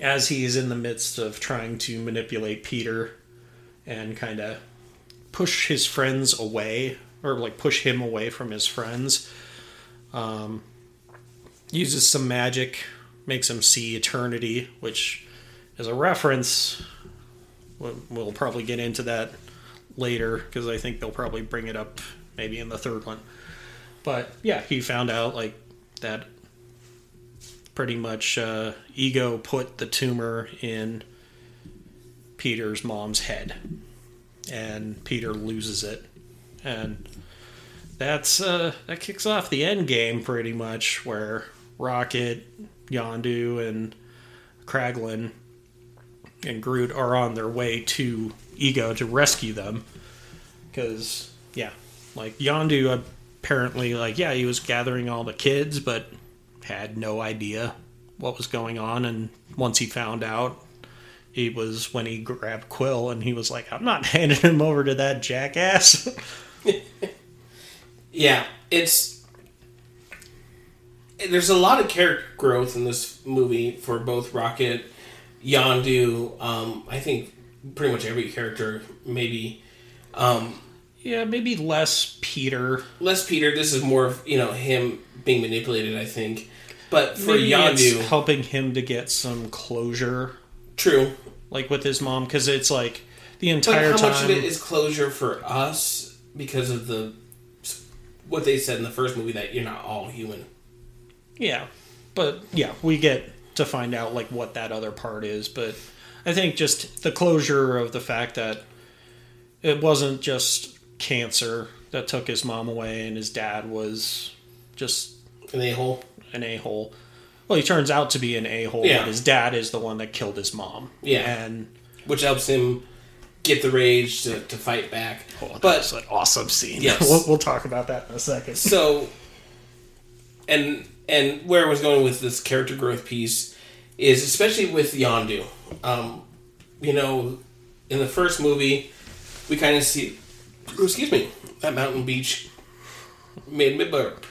Speaker 3: as he is in the midst of trying to manipulate Peter and kind of push his friends away, or like push him away from his friends, um, uses some magic, makes him see eternity, which is a reference. We'll, we'll probably get into that later because I think they'll probably bring it up maybe in the third one. But yeah, he found out like that pretty much uh, ego put the tumor in Peter's mom's head, and Peter loses it, and that's uh, that kicks off the end game pretty much where Rocket, Yondu, and Kraglin and Groot are on their way to Ego to rescue them. Because, yeah, like Yondu apparently, like, yeah, he was gathering all the kids, but had no idea what was going on. And once he found out, he was when he grabbed Quill and he was like, I'm not handing him over to that jackass.
Speaker 2: Yeah, it's there's a lot of character growth in this movie for both Rocket, Yondu. Um, I think pretty much every character, maybe um,
Speaker 3: yeah, maybe less Peter.
Speaker 2: less Peter. This is more of you know him being manipulated. I think, but for
Speaker 3: Maybe it's
Speaker 2: Yondu,
Speaker 3: helping him to get some closure,
Speaker 2: true.
Speaker 3: like with his mom, because it's like the
Speaker 2: But
Speaker 3: entire
Speaker 2: how
Speaker 3: time.
Speaker 2: much of it is closure for us because of the what they said in the first movie that you're not all human?
Speaker 3: Yeah. But yeah, we get to find out like what that other part is, but I think just the closure of the fact that it wasn't just cancer that took his mom away and his dad was just
Speaker 2: And they whole
Speaker 3: an a-hole. Well, he turns out to be an a-hole,
Speaker 2: Yeah.
Speaker 3: but his dad is the one that killed his mom.
Speaker 2: Yeah.
Speaker 3: And
Speaker 2: which helps him get the rage to, to fight back.
Speaker 3: it's
Speaker 2: but
Speaker 3: an awesome scene.
Speaker 2: Yes.
Speaker 3: We'll, we'll talk about that in a second.
Speaker 2: so and and where I was going with this character growth piece is especially with Yondu. Um, you know, in the first movie, we kind of see, oh, excuse me, that mountain beach made me burp.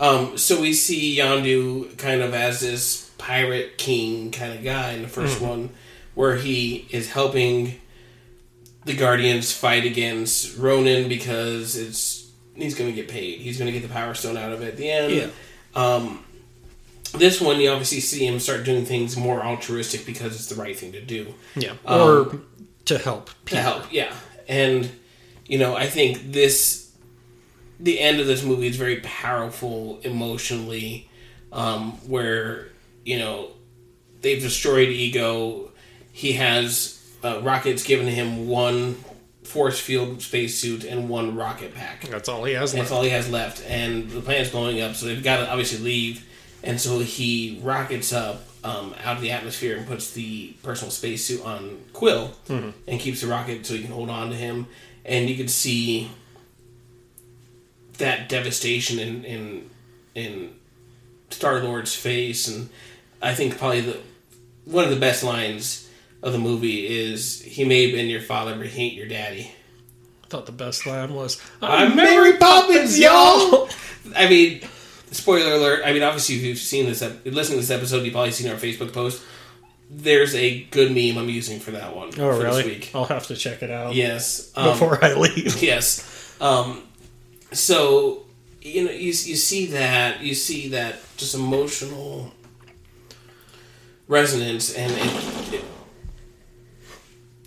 Speaker 2: Um, so we see Yondu kind of as this pirate king kind of guy in the 1st one, where he is helping the Guardians fight against Ronan because it's he's going to get paid. He's going to get the Power Stone out of it at the end.
Speaker 3: Yeah.
Speaker 2: Um, this one, you obviously see him start doing things more altruistic because it's the right thing to do
Speaker 3: Yeah.
Speaker 2: Um,
Speaker 3: or to help.
Speaker 2: to help. Yeah, and you know, I think this the end of this movie is very powerful emotionally, um, where you know they've destroyed ego. He has uh, rockets given him one force field spacesuit and one rocket pack.
Speaker 3: That's all he has
Speaker 2: That's all he has left, and the planet's blowing up, so they've got to obviously leave. And so he rockets up um, out of the atmosphere and puts the personal spacesuit on Quill and keeps the rocket so he can hold on to him. And you can see that devastation in in, in Star Lord's face, and I think probably the one of the best lines of the movie is "He may have been your father, but he ain't your daddy."
Speaker 3: thought the best line was,
Speaker 2: I'm Mary Poppins, y'all. I mean, spoiler alert. I mean, obviously, if you've seen this, ep- listening to this episode, you've probably seen our Facebook post. There's a good meme I'm using for that one.
Speaker 3: Oh,
Speaker 2: for
Speaker 3: really?
Speaker 2: This week.
Speaker 3: I'll have to check it out
Speaker 2: Yes. Um,
Speaker 3: before I leave.
Speaker 2: Yes. Um, so you know, you you see that you see that just emotional resonance, and it, it,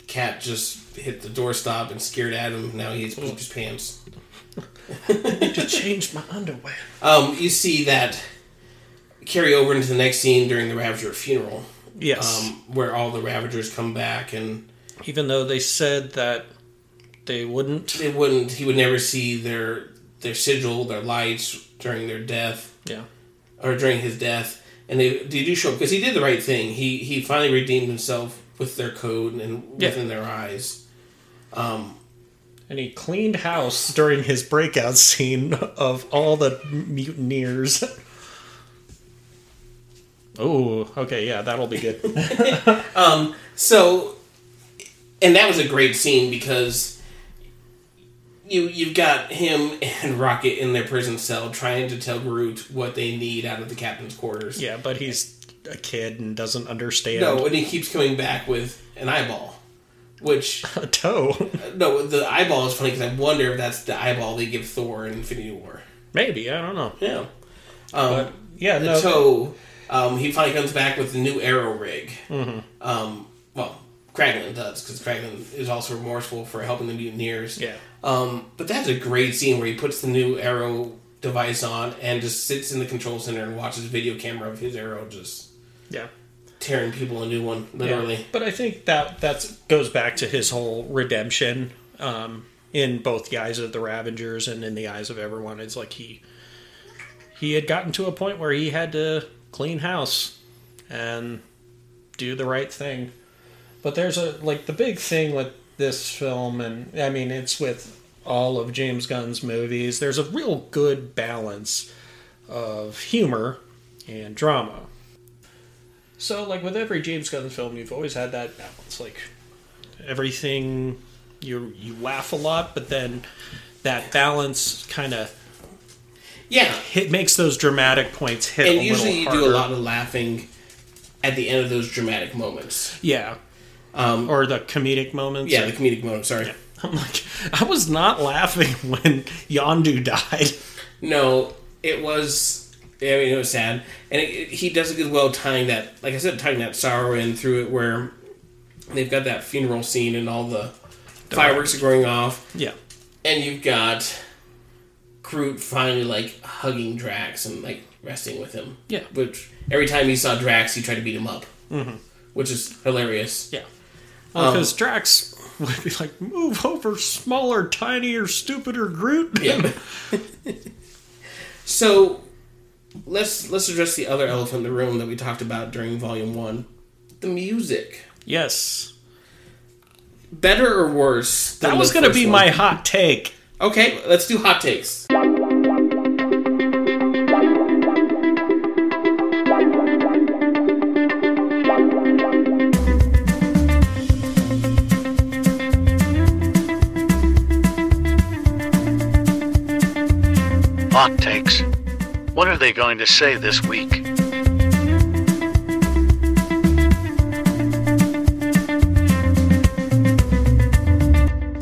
Speaker 2: Cat just hit the doorstop and scared Adam. Now he has pooped his pants.
Speaker 3: to change my underwear.
Speaker 2: Um, you see that carry over into the next scene during the Ravager funeral,
Speaker 3: Yes.
Speaker 2: um, where all the Ravagers come back, and
Speaker 3: Even though they said that they wouldn't.
Speaker 2: they wouldn't. He would never see their their sigil, their lights during their death
Speaker 3: Yeah. or
Speaker 2: or during his death, and they, they do show up because he did the right thing. He he finally redeemed himself with their code and
Speaker 3: Yeah.
Speaker 2: within their eyes.
Speaker 3: And he cleaned house during his breakout scene of all the mutineers. Oh, okay, yeah, that'll be good.
Speaker 2: So, and that was a great scene because you you've got him and Rocket in their prison cell trying to tell Groot what they need out of the captain's quarters.
Speaker 3: yeah, but he's a kid and doesn't understand
Speaker 2: No, and he keeps coming back with an eyeball, which
Speaker 3: a toe.
Speaker 2: no, the eyeball is funny because I wonder if that's the eyeball they give Thor in Infinity War.
Speaker 3: Maybe I don't know.
Speaker 2: Yeah, um,
Speaker 3: Yeah,
Speaker 2: the
Speaker 3: no.
Speaker 2: toe. Um, he finally comes back with the new arrow rig.
Speaker 3: Mm-hmm.
Speaker 2: Um, well, Kraglin does because Kraglin is also remorseful for helping the mutineers.
Speaker 3: Yeah,
Speaker 2: Um, but that's a great scene where he puts the new arrow device on and just sits in the control center and watches video camera of his arrow just
Speaker 3: yeah.
Speaker 2: tearing people a new one,
Speaker 3: Yeah.
Speaker 2: literally.
Speaker 3: But I think that that goes back to his whole redemption um, in both the eyes of the Ravengers and in the eyes of everyone. It's like he he had gotten to a point where he had to clean house and do the right thing. But there's a like the big thing with this film, and I mean it's with all of James Gunn's movies. There's a real good balance of humor and drama. So, like with every James Gunn film, you've always had that balance. Like everything, you you laugh a lot, but then that balance kind of
Speaker 2: Yeah.
Speaker 3: hit makes those dramatic points hit.
Speaker 2: And
Speaker 3: a
Speaker 2: usually you
Speaker 3: little
Speaker 2: do a
Speaker 3: harder.
Speaker 2: lot of laughing at the end of those dramatic moments.
Speaker 3: yeah,
Speaker 2: Um,
Speaker 3: or the comedic moments.
Speaker 2: yeah, the comedic moment, sorry.
Speaker 3: I'm like, I was not laughing when Yondu died.
Speaker 2: No, it was. I mean, it was sad, and it, it- he does a good well tying that, like I said, tying that sorrow in through it, where they've got that funeral scene and all the fireworks are going off,
Speaker 3: Yeah,
Speaker 2: and you've got Groot finally like hugging Drax and like resting with him.
Speaker 3: Yeah.
Speaker 2: which every time he saw Drax, he tried to beat him up, mm-hmm. which is hilarious.
Speaker 3: yeah.
Speaker 2: Um,
Speaker 3: Because Drax would be like, move over, smaller, tinier, stupider Groot.
Speaker 2: Yeah. so let's let's address the other elephant in the room that we talked about during Volume One, the music.
Speaker 3: Yes,
Speaker 2: better or worse? than
Speaker 3: that was
Speaker 2: the
Speaker 3: going to
Speaker 2: first
Speaker 3: be
Speaker 2: one?
Speaker 3: my hot take.
Speaker 2: Okay, let's do hot takes.
Speaker 4: Hot takes. What are they going to say this week?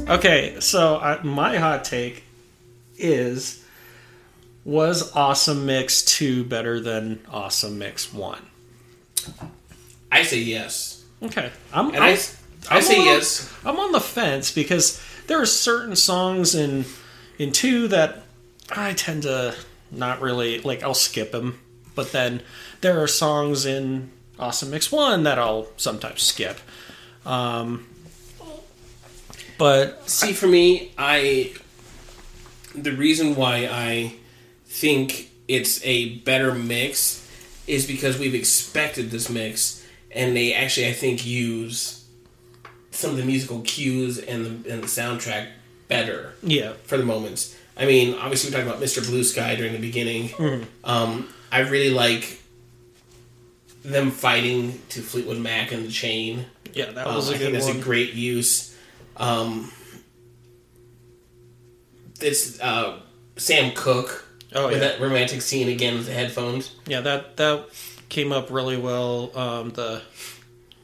Speaker 3: Okay, so I, my hot take is was Awesome Mix 2 better than Awesome Mix 1?
Speaker 2: I say yes,
Speaker 3: Okay. I'm,
Speaker 2: and I,
Speaker 3: I'm,
Speaker 2: s- I
Speaker 3: I'm
Speaker 2: say
Speaker 3: a little-
Speaker 2: yes.
Speaker 3: I'm on the fence because there are certain songs in in 2 that I tend to not really like I'll skip them, but then there are songs in Awesome Mix 1 that I'll sometimes skip. Um but
Speaker 2: See, for me, I the reason why I think it's a better mix is because we've expected this mix, and they actually, I think, use some of the musical cues and the, and the soundtrack better.
Speaker 3: yeah,
Speaker 2: for the moments. I mean, obviously we talked about Mr. Blue Sky during the beginning. Um, I really like them fighting to Fleetwood Mac and the Chain.
Speaker 3: yeah, that
Speaker 2: Um,
Speaker 3: was
Speaker 2: I
Speaker 3: a
Speaker 2: think
Speaker 3: good
Speaker 2: that's
Speaker 3: one.
Speaker 2: a great use. Um, it's uh, Sam Cooke
Speaker 3: Oh,
Speaker 2: with
Speaker 3: yeah.
Speaker 2: that romantic scene again with the headphones.
Speaker 3: Yeah, that that came up really well. Um, the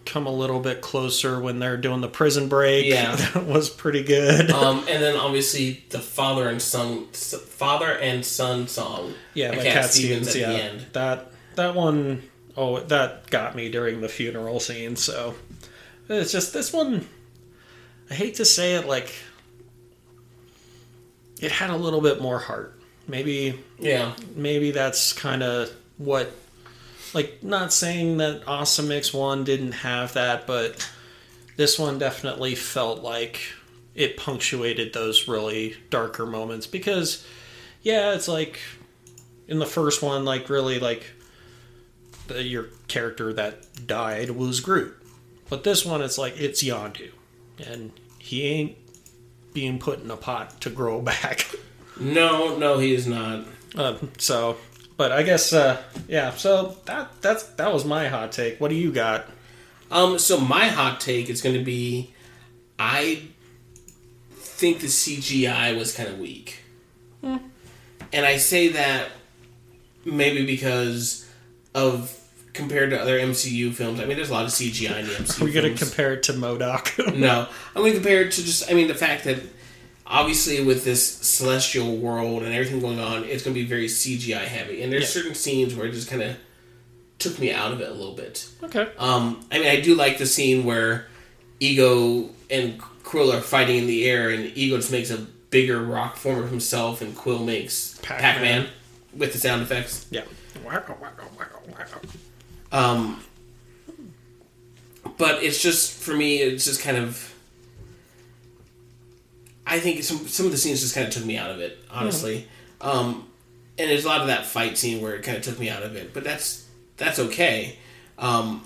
Speaker 3: come a little bit closer when they're doing the prison break.
Speaker 2: Yeah.
Speaker 3: that was pretty good.
Speaker 2: Um, and then obviously the father and son, s- father and son song.
Speaker 3: yeah,
Speaker 2: by
Speaker 3: like
Speaker 2: Cat
Speaker 3: Cat Stevens.
Speaker 2: at
Speaker 3: yeah,
Speaker 2: the end.
Speaker 3: that that one oh that got me during the funeral scene. So it's just this one. I hate to say it, like it had a little bit more heart. Maybe
Speaker 2: Yeah,
Speaker 3: maybe that's kind of what like not saying that awesome mix 1 didn't have that but this one definitely felt like it punctuated those really darker moments because yeah it's like in the first one like really like the, your character that died was groot but this one it's like it's yondu and he ain't being put in a pot to grow back
Speaker 2: no, no, he is not.
Speaker 3: um, so But I guess, uh, yeah. So that that's that was my hot take. What do you got?
Speaker 2: Um, so my hot take is going to be, I think the CGI was kind of weak, and I say that maybe because of compared to other MCU films. I mean, there's a lot of CGI in the MCU.
Speaker 3: We're gonna
Speaker 2: films.
Speaker 3: compare it to Modoc.
Speaker 2: No, I'm going to compare it to just. I mean, the fact that obviously with this celestial world and everything going on, it's going to be very CGI heavy, and there's
Speaker 3: Yeah.
Speaker 2: certain scenes where it just kind of took me out of it a little bit.
Speaker 3: okay.
Speaker 2: Um, I mean, I do like the scene where Ego and Quill are fighting in the air, and Ego just makes a bigger rock form of himself, and Quill makes
Speaker 3: Pac-Man.
Speaker 2: Pac Man with the sound effects.
Speaker 3: Yeah. Wow, wow, wow, wow.
Speaker 2: Um, but it's just for me, it's just kind of. I think some some of the scenes just kind of took me out of it, honestly. Um, and there's a lot of that fight scene where it kind of took me out of it, but that's that's okay. Um,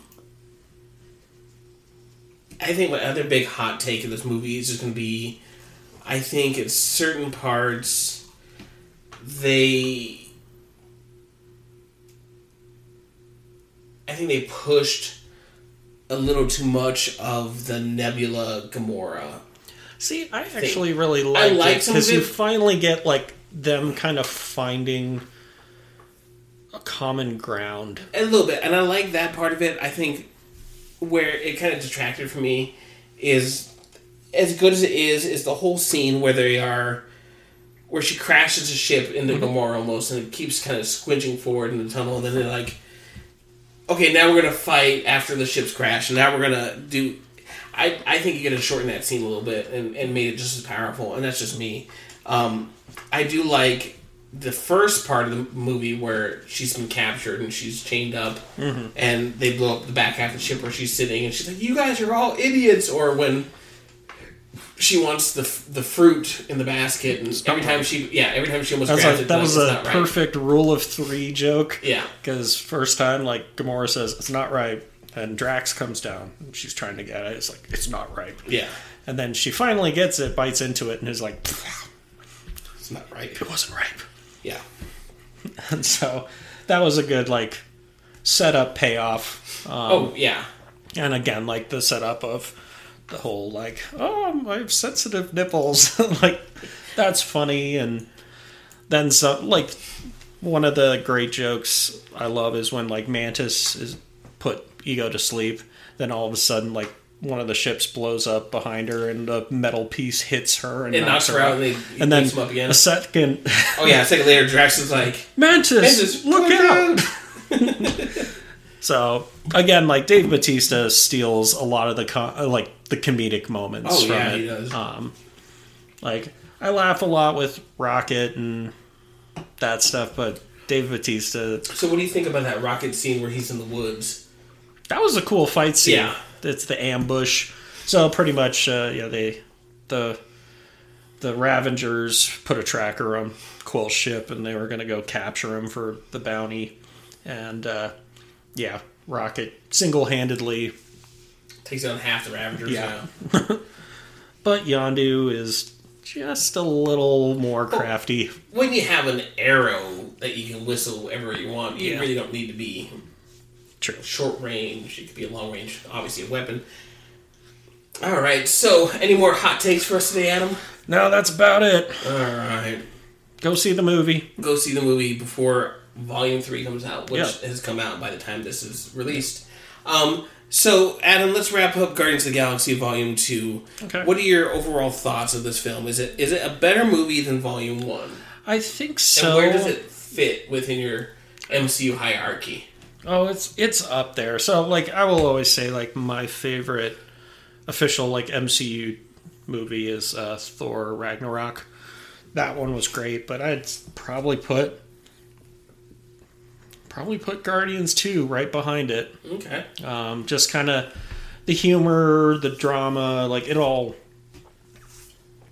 Speaker 2: I think my other big hot take in this movie is just going to be, I think at certain parts, they I think they pushed a little too much of the Nebula Gamora.
Speaker 3: See, I actually really liked
Speaker 2: like
Speaker 3: it
Speaker 2: some of
Speaker 3: because you
Speaker 2: it.
Speaker 3: finally get like them kind of finding a common ground.
Speaker 2: A little bit, and I like that part of it. I think where it kind of detracted from me is as good as it is is the whole scene where they are where she crashes a ship into Gamora almost and it keeps kind of squinching forward in the tunnel and then they're like okay now we're gonna fight after the ship's crash and now we're gonna do I, I think you could have shortened that scene a little bit and, and made it just as powerful and that's just me um, I do like the first part of the movie where she's been captured and she's chained up
Speaker 3: Mm-hmm.
Speaker 2: and they blow up the back half of the ship where she's sitting and she's like you guys are all idiots or when she wants the f- the fruit in the basket, and every time she yeah, every time she almost
Speaker 3: I was
Speaker 2: grabs
Speaker 3: like,
Speaker 2: it,
Speaker 3: that
Speaker 2: like,
Speaker 3: was
Speaker 2: it's
Speaker 3: a
Speaker 2: not right.
Speaker 3: perfect rule of three joke.
Speaker 2: Yeah.
Speaker 3: Because first time, like Gamora says, it's not right, and Drax comes down. and She's trying to get it. It's like it's not right.
Speaker 2: Yeah,
Speaker 3: And then she finally gets it, bites into it, and is like, "Pfft,
Speaker 2: it's not right.
Speaker 3: it wasn't ripe.
Speaker 2: Yeah,
Speaker 3: And so that was a good like setup payoff. Um,
Speaker 2: Oh yeah,
Speaker 3: And again, like the setup of the whole like, oh, I have sensitive nipples. like that's funny. And then some like one of the great jokes I love is when like Mantis is put ego to sleep. Then all of a sudden, like one of the ships blows up behind her, and the metal piece hits her and,
Speaker 2: it knocks her out, and they he
Speaker 3: And then
Speaker 2: wakes him up again.
Speaker 3: a second,
Speaker 2: Oh yeah, a second later, Drax is like,
Speaker 3: Mantis,
Speaker 2: "This is
Speaker 3: look
Speaker 2: look
Speaker 3: out!
Speaker 2: out!"
Speaker 3: So again, like Dave Batista steals a lot of the co- uh, like the comedic moments.
Speaker 2: Oh
Speaker 3: from
Speaker 2: yeah,
Speaker 3: it.
Speaker 2: he does.
Speaker 3: Um, like I laugh a lot with Rocket and that stuff, but Dave Batista,
Speaker 2: So what do you think about that rocket scene where he's in the woods?
Speaker 3: that was a cool fight scene.
Speaker 2: Yeah.
Speaker 3: It's the ambush. So pretty much, uh, you know, they the the Ravengers put a tracker on Quill's ship, and they were going to go capture him for the bounty. And uh, yeah, Rocket single handedly
Speaker 2: Takes down half the Ravagers
Speaker 3: Yeah.
Speaker 2: now.
Speaker 3: But Yondu is just a little more
Speaker 2: Oh.
Speaker 3: crafty.
Speaker 2: When you have an arrow that you can whistle wherever you want, you
Speaker 3: Yeah.
Speaker 2: really don't need to be
Speaker 3: True.
Speaker 2: short range. It could be a long range, obviously a weapon. All right. So any more hot takes for us today, Adam?
Speaker 3: No, that's about it.
Speaker 2: All right.
Speaker 3: Go see the movie.
Speaker 2: go see the movie before Volume Three comes out, which
Speaker 3: Yeah.
Speaker 2: has come out by the time this is released. Um, so, Adam, let's wrap up Guardians of the Galaxy Volume Two.
Speaker 3: Okay.
Speaker 2: What are your overall thoughts of this film? Is it is it a better movie than Volume One?
Speaker 3: I think
Speaker 2: And
Speaker 3: so.
Speaker 2: where does it fit within your MCU hierarchy?
Speaker 3: Oh, it's it's up there. So like I will always say like my favorite official like MCU movie is uh, Thor Ragnarok. That one was great, but I'd probably put probably put Guardians 2 right behind it.
Speaker 2: Okay.
Speaker 3: um, just kind of the humor the drama like it all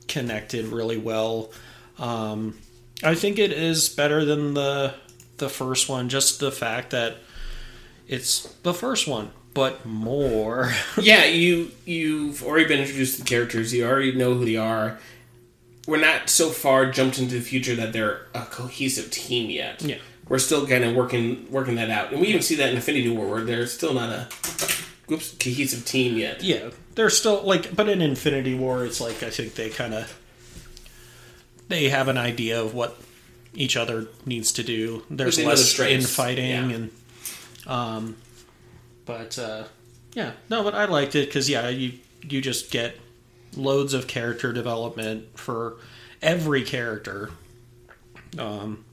Speaker 3: connected really well um, i think it is better than the the first one just the fact that it's the first one but more
Speaker 2: yeah, you you've already been introduced to the characters. You already know who they are. We're not so far jumped into the future that they're a cohesive team yet.
Speaker 3: Yeah.
Speaker 2: we're still kind of working working that out, and we even see that in Infinity War where they're still not a oops, cohesive team yet.
Speaker 3: Yeah, they're still like, but in Infinity War, it's like I think they kind of they have an idea of what each other needs to do. There's
Speaker 2: They know
Speaker 3: less
Speaker 2: their strengths,
Speaker 3: infighting
Speaker 2: yeah.
Speaker 3: and um, but uh, yeah, no, but I liked it because yeah, you you just get loads of character development for every character. Um,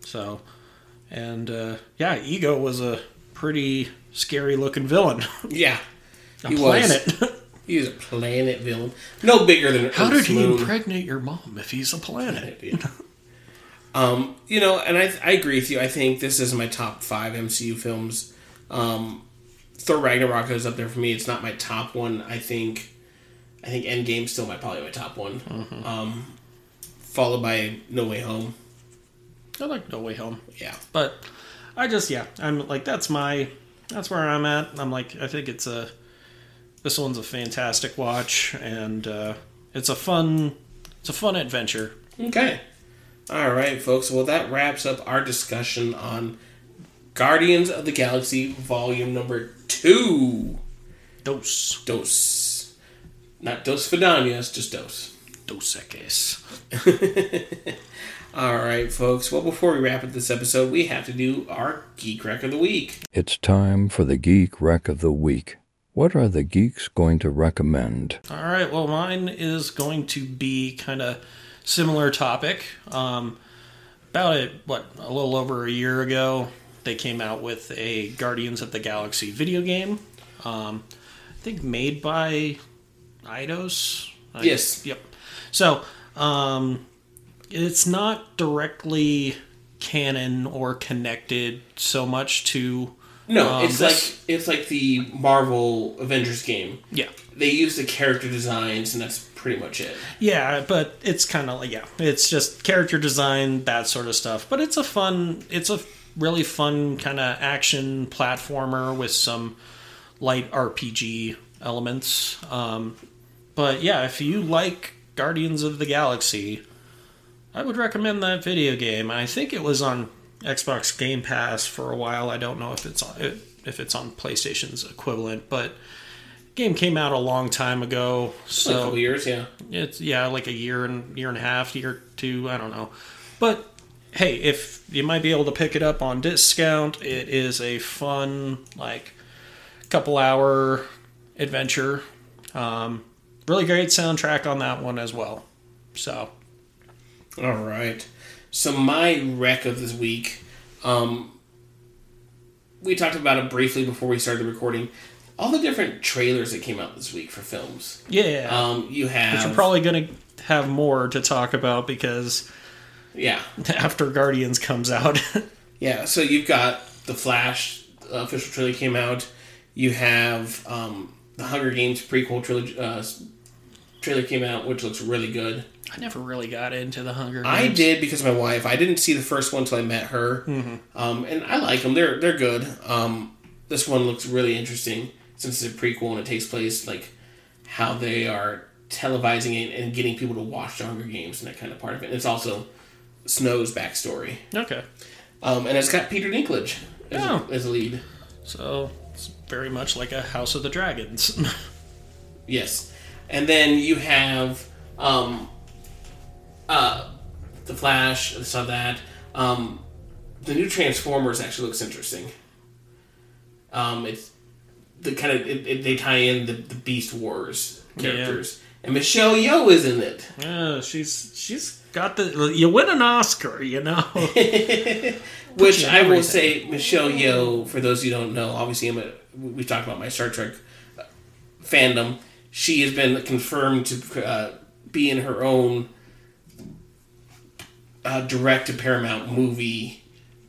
Speaker 3: so and uh, yeah, Ego was a pretty scary looking villain.
Speaker 2: Yeah,
Speaker 3: a
Speaker 2: He was.
Speaker 3: planet.
Speaker 2: he was a planet villain, no bigger than
Speaker 3: How did
Speaker 2: Earth's
Speaker 3: he
Speaker 2: moon.
Speaker 3: impregnate your mom if he's a planet?
Speaker 2: Um, you know, and I, I agree with you. I think this is my top five MCU films. Um, Thor Ragnarok is up there for me. It's not my top one. I think, I think Endgame's still my probably my top one. Um, followed by No Way Home.
Speaker 3: I like No Way Home,
Speaker 2: Yeah,
Speaker 3: but I just yeah, I'm like that's my that's where I'm at. I'm like I think it's a this one's a fantastic watch and uh, it's a fun it's a fun adventure.
Speaker 2: Okay. All right, folks. Well, that wraps up our discussion on Guardians of the Galaxy Volume Number Two.
Speaker 3: Dos
Speaker 2: Dos, not dos fadanas, just dos.
Speaker 3: dos equis.
Speaker 2: All right, folks. Well, before we wrap up this episode, we have to do our geek wreck of the week.
Speaker 1: It's time for the Geek Wreck of the Week. What are the geeks going to recommend?
Speaker 3: All right. Well, mine is going to be kind of similar topic. Um, about it, what a little over a year ago, they came out with a Guardians of the Galaxy video game. Um, I think made by Eidos. I-
Speaker 2: Yes.
Speaker 3: Yep. So um, it's not directly canon or connected so much to
Speaker 2: No,
Speaker 3: Um,
Speaker 2: it's
Speaker 3: this-
Speaker 2: like it's like the Marvel Avengers game.
Speaker 3: yeah
Speaker 2: They use the character designs, and that's pretty much it.
Speaker 3: Yeah, but it's kind of like yeah, it's just character design, that sort of stuff. But it's a fun, it's a really fun kind of action platformer with some light RPG elements. Um, but yeah, if you like Guardians of the Galaxy, I would recommend that video game. I think it was on Xbox Game Pass for a while. I don't know if it's on if it's on PlayStation's equivalent, but game came out a long time ago,
Speaker 2: Like a
Speaker 3: so
Speaker 2: couple years, yeah.
Speaker 3: it's yeah, like a year and year and a half, year two, I don't know. But hey, if you might be able to pick it up on discount, it is a fun like couple hour adventure. Um, really great soundtrack on that one as well. So
Speaker 2: All right. So my wreck of this week, um, we talked about it briefly before we started recording. All the different trailers that came out this week for films.
Speaker 3: yeah,
Speaker 2: Um, you
Speaker 3: which we're
Speaker 2: have
Speaker 3: probably gonna have more to talk about because
Speaker 2: yeah,
Speaker 3: after Guardians comes out,
Speaker 2: yeah. So you've got the Flash the official trailer came out. You have um, the Hunger Games prequel trilogy, uh, trailer came out, which looks really good.
Speaker 3: I never really got into the Hunger.
Speaker 2: I
Speaker 3: Games.
Speaker 2: did because of my wife. I didn't see the first one until I met her,
Speaker 3: Mm-hmm.
Speaker 2: um, and I like them. They're they're good. Um, this one looks really interesting since it's a prequel and it takes place like how they are televising it and getting people to watch the Hunger Games and that kind of part of it. And it's also Snow's backstory,
Speaker 3: Okay,
Speaker 2: um, and it's got Peter Dinklage as,
Speaker 3: Oh.
Speaker 2: a, as a lead.
Speaker 3: so it's very much like a House of the Dragons.
Speaker 2: Yes, and then you have um, uh, the Flash. I saw that. Um, the new Transformers actually looks interesting. Um, it's the kind of it, it, they tie in the, the Beast Wars characters, and Michelle Yeoh is in it.
Speaker 3: Yeah, Oh, she's she's got the you win an Oscar, you know.
Speaker 2: Which
Speaker 3: in
Speaker 2: I will
Speaker 3: everything.
Speaker 2: say, Michelle Yeoh. For those who don't know, obviously, I'm a, we talked about my Star Trek uh, fandom. She has been confirmed to uh, be in her own uh, direct to Paramount movie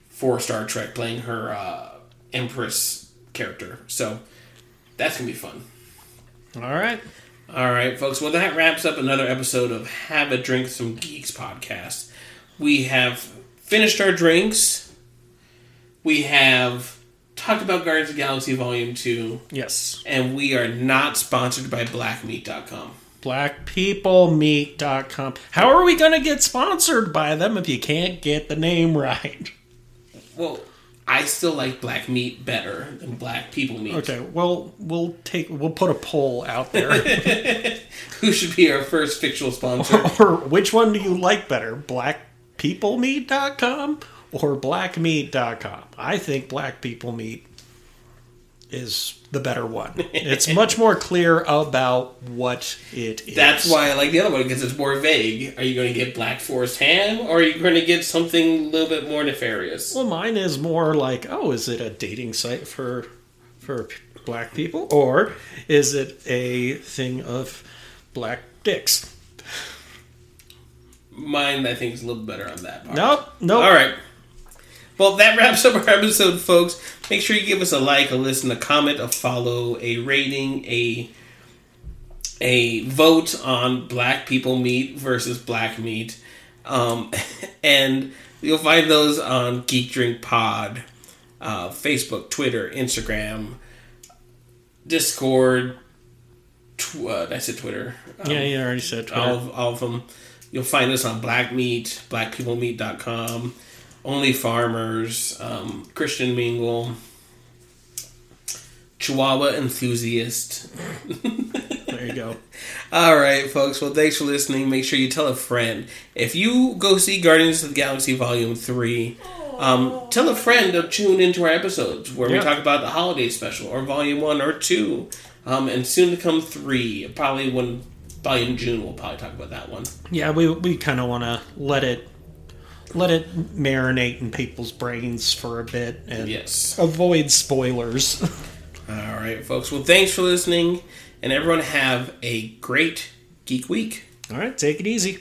Speaker 2: for Star Trek, playing her uh, Empress character. So that's gonna be fun.
Speaker 3: All right.
Speaker 2: All right, folks. Well, that wraps up another episode of Have a Drink with Some Geeks podcast. We have finished our drinks. We have talked about Guardians of the Galaxy Volume 2,
Speaker 3: Yes.
Speaker 2: and we are not sponsored by BlackMeat.com.
Speaker 3: Blackpeoplemeet.com. How are we going to get sponsored by them if you can't get the name right?
Speaker 2: Well, I still like black meat better than black people meat.
Speaker 3: Okay, well, we'll take we'll put a poll out there,
Speaker 2: Who should be our first fictional sponsor?
Speaker 3: or which one do you like better, blackpeoplemeat.com or blackmeat.com? I think black people meat is the better one. it's much more clear about what it is.
Speaker 2: That's why I like the other one because it's more vague. Are you going to get black forest ham, or are you going to get something a little bit more nefarious?
Speaker 3: Well, mine is more like, oh, is it a dating site for for p- black people, or is it a thing of black dicks?
Speaker 2: Mine, I think, is a little better on that. Part.
Speaker 3: Nope, nope.
Speaker 2: All right. Well, that wraps up our episode, folks. Make sure you give us a like, a listen, a comment, a follow, a rating, a a vote on Black People Meat versus Black Meat, um, and you'll find those on Geek Drink Pod, uh, Facebook, Twitter, Instagram, Discord. Tw- uh, that's it, Twitter. Um,
Speaker 3: Yeah, yeah, I already said Twitter.
Speaker 2: all of, all of them. You'll find us on Black Meat, BlackPeopleMeat.com, Only Farmers, um, Christian Mingle, Chihuahua Enthusiast.
Speaker 3: There you go.
Speaker 2: All right, folks. Well, thanks for listening. Make sure you tell a friend. If you go see Guardians of the Galaxy Volume 3, um, tell a friend to tune into our episodes where
Speaker 3: Yeah.
Speaker 2: we talk about the holiday special or Volume 1 or 2, um, and soon to come 3. Probably when Volume June, we'll probably talk about that one.
Speaker 3: Yeah, we we kind of want to let it let it marinate in people's brains for a bit and
Speaker 2: Yes.
Speaker 3: avoid spoilers.
Speaker 2: All right, folks. Well, thanks for listening, and everyone have a great geek week.
Speaker 3: All right, take it easy.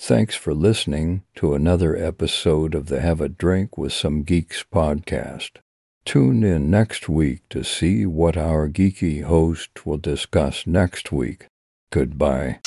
Speaker 1: Thanks for listening to another episode of the Have a Drink with Some Geeks podcast. Tune in next week to see what our geeky host will discuss next week. Goodbye.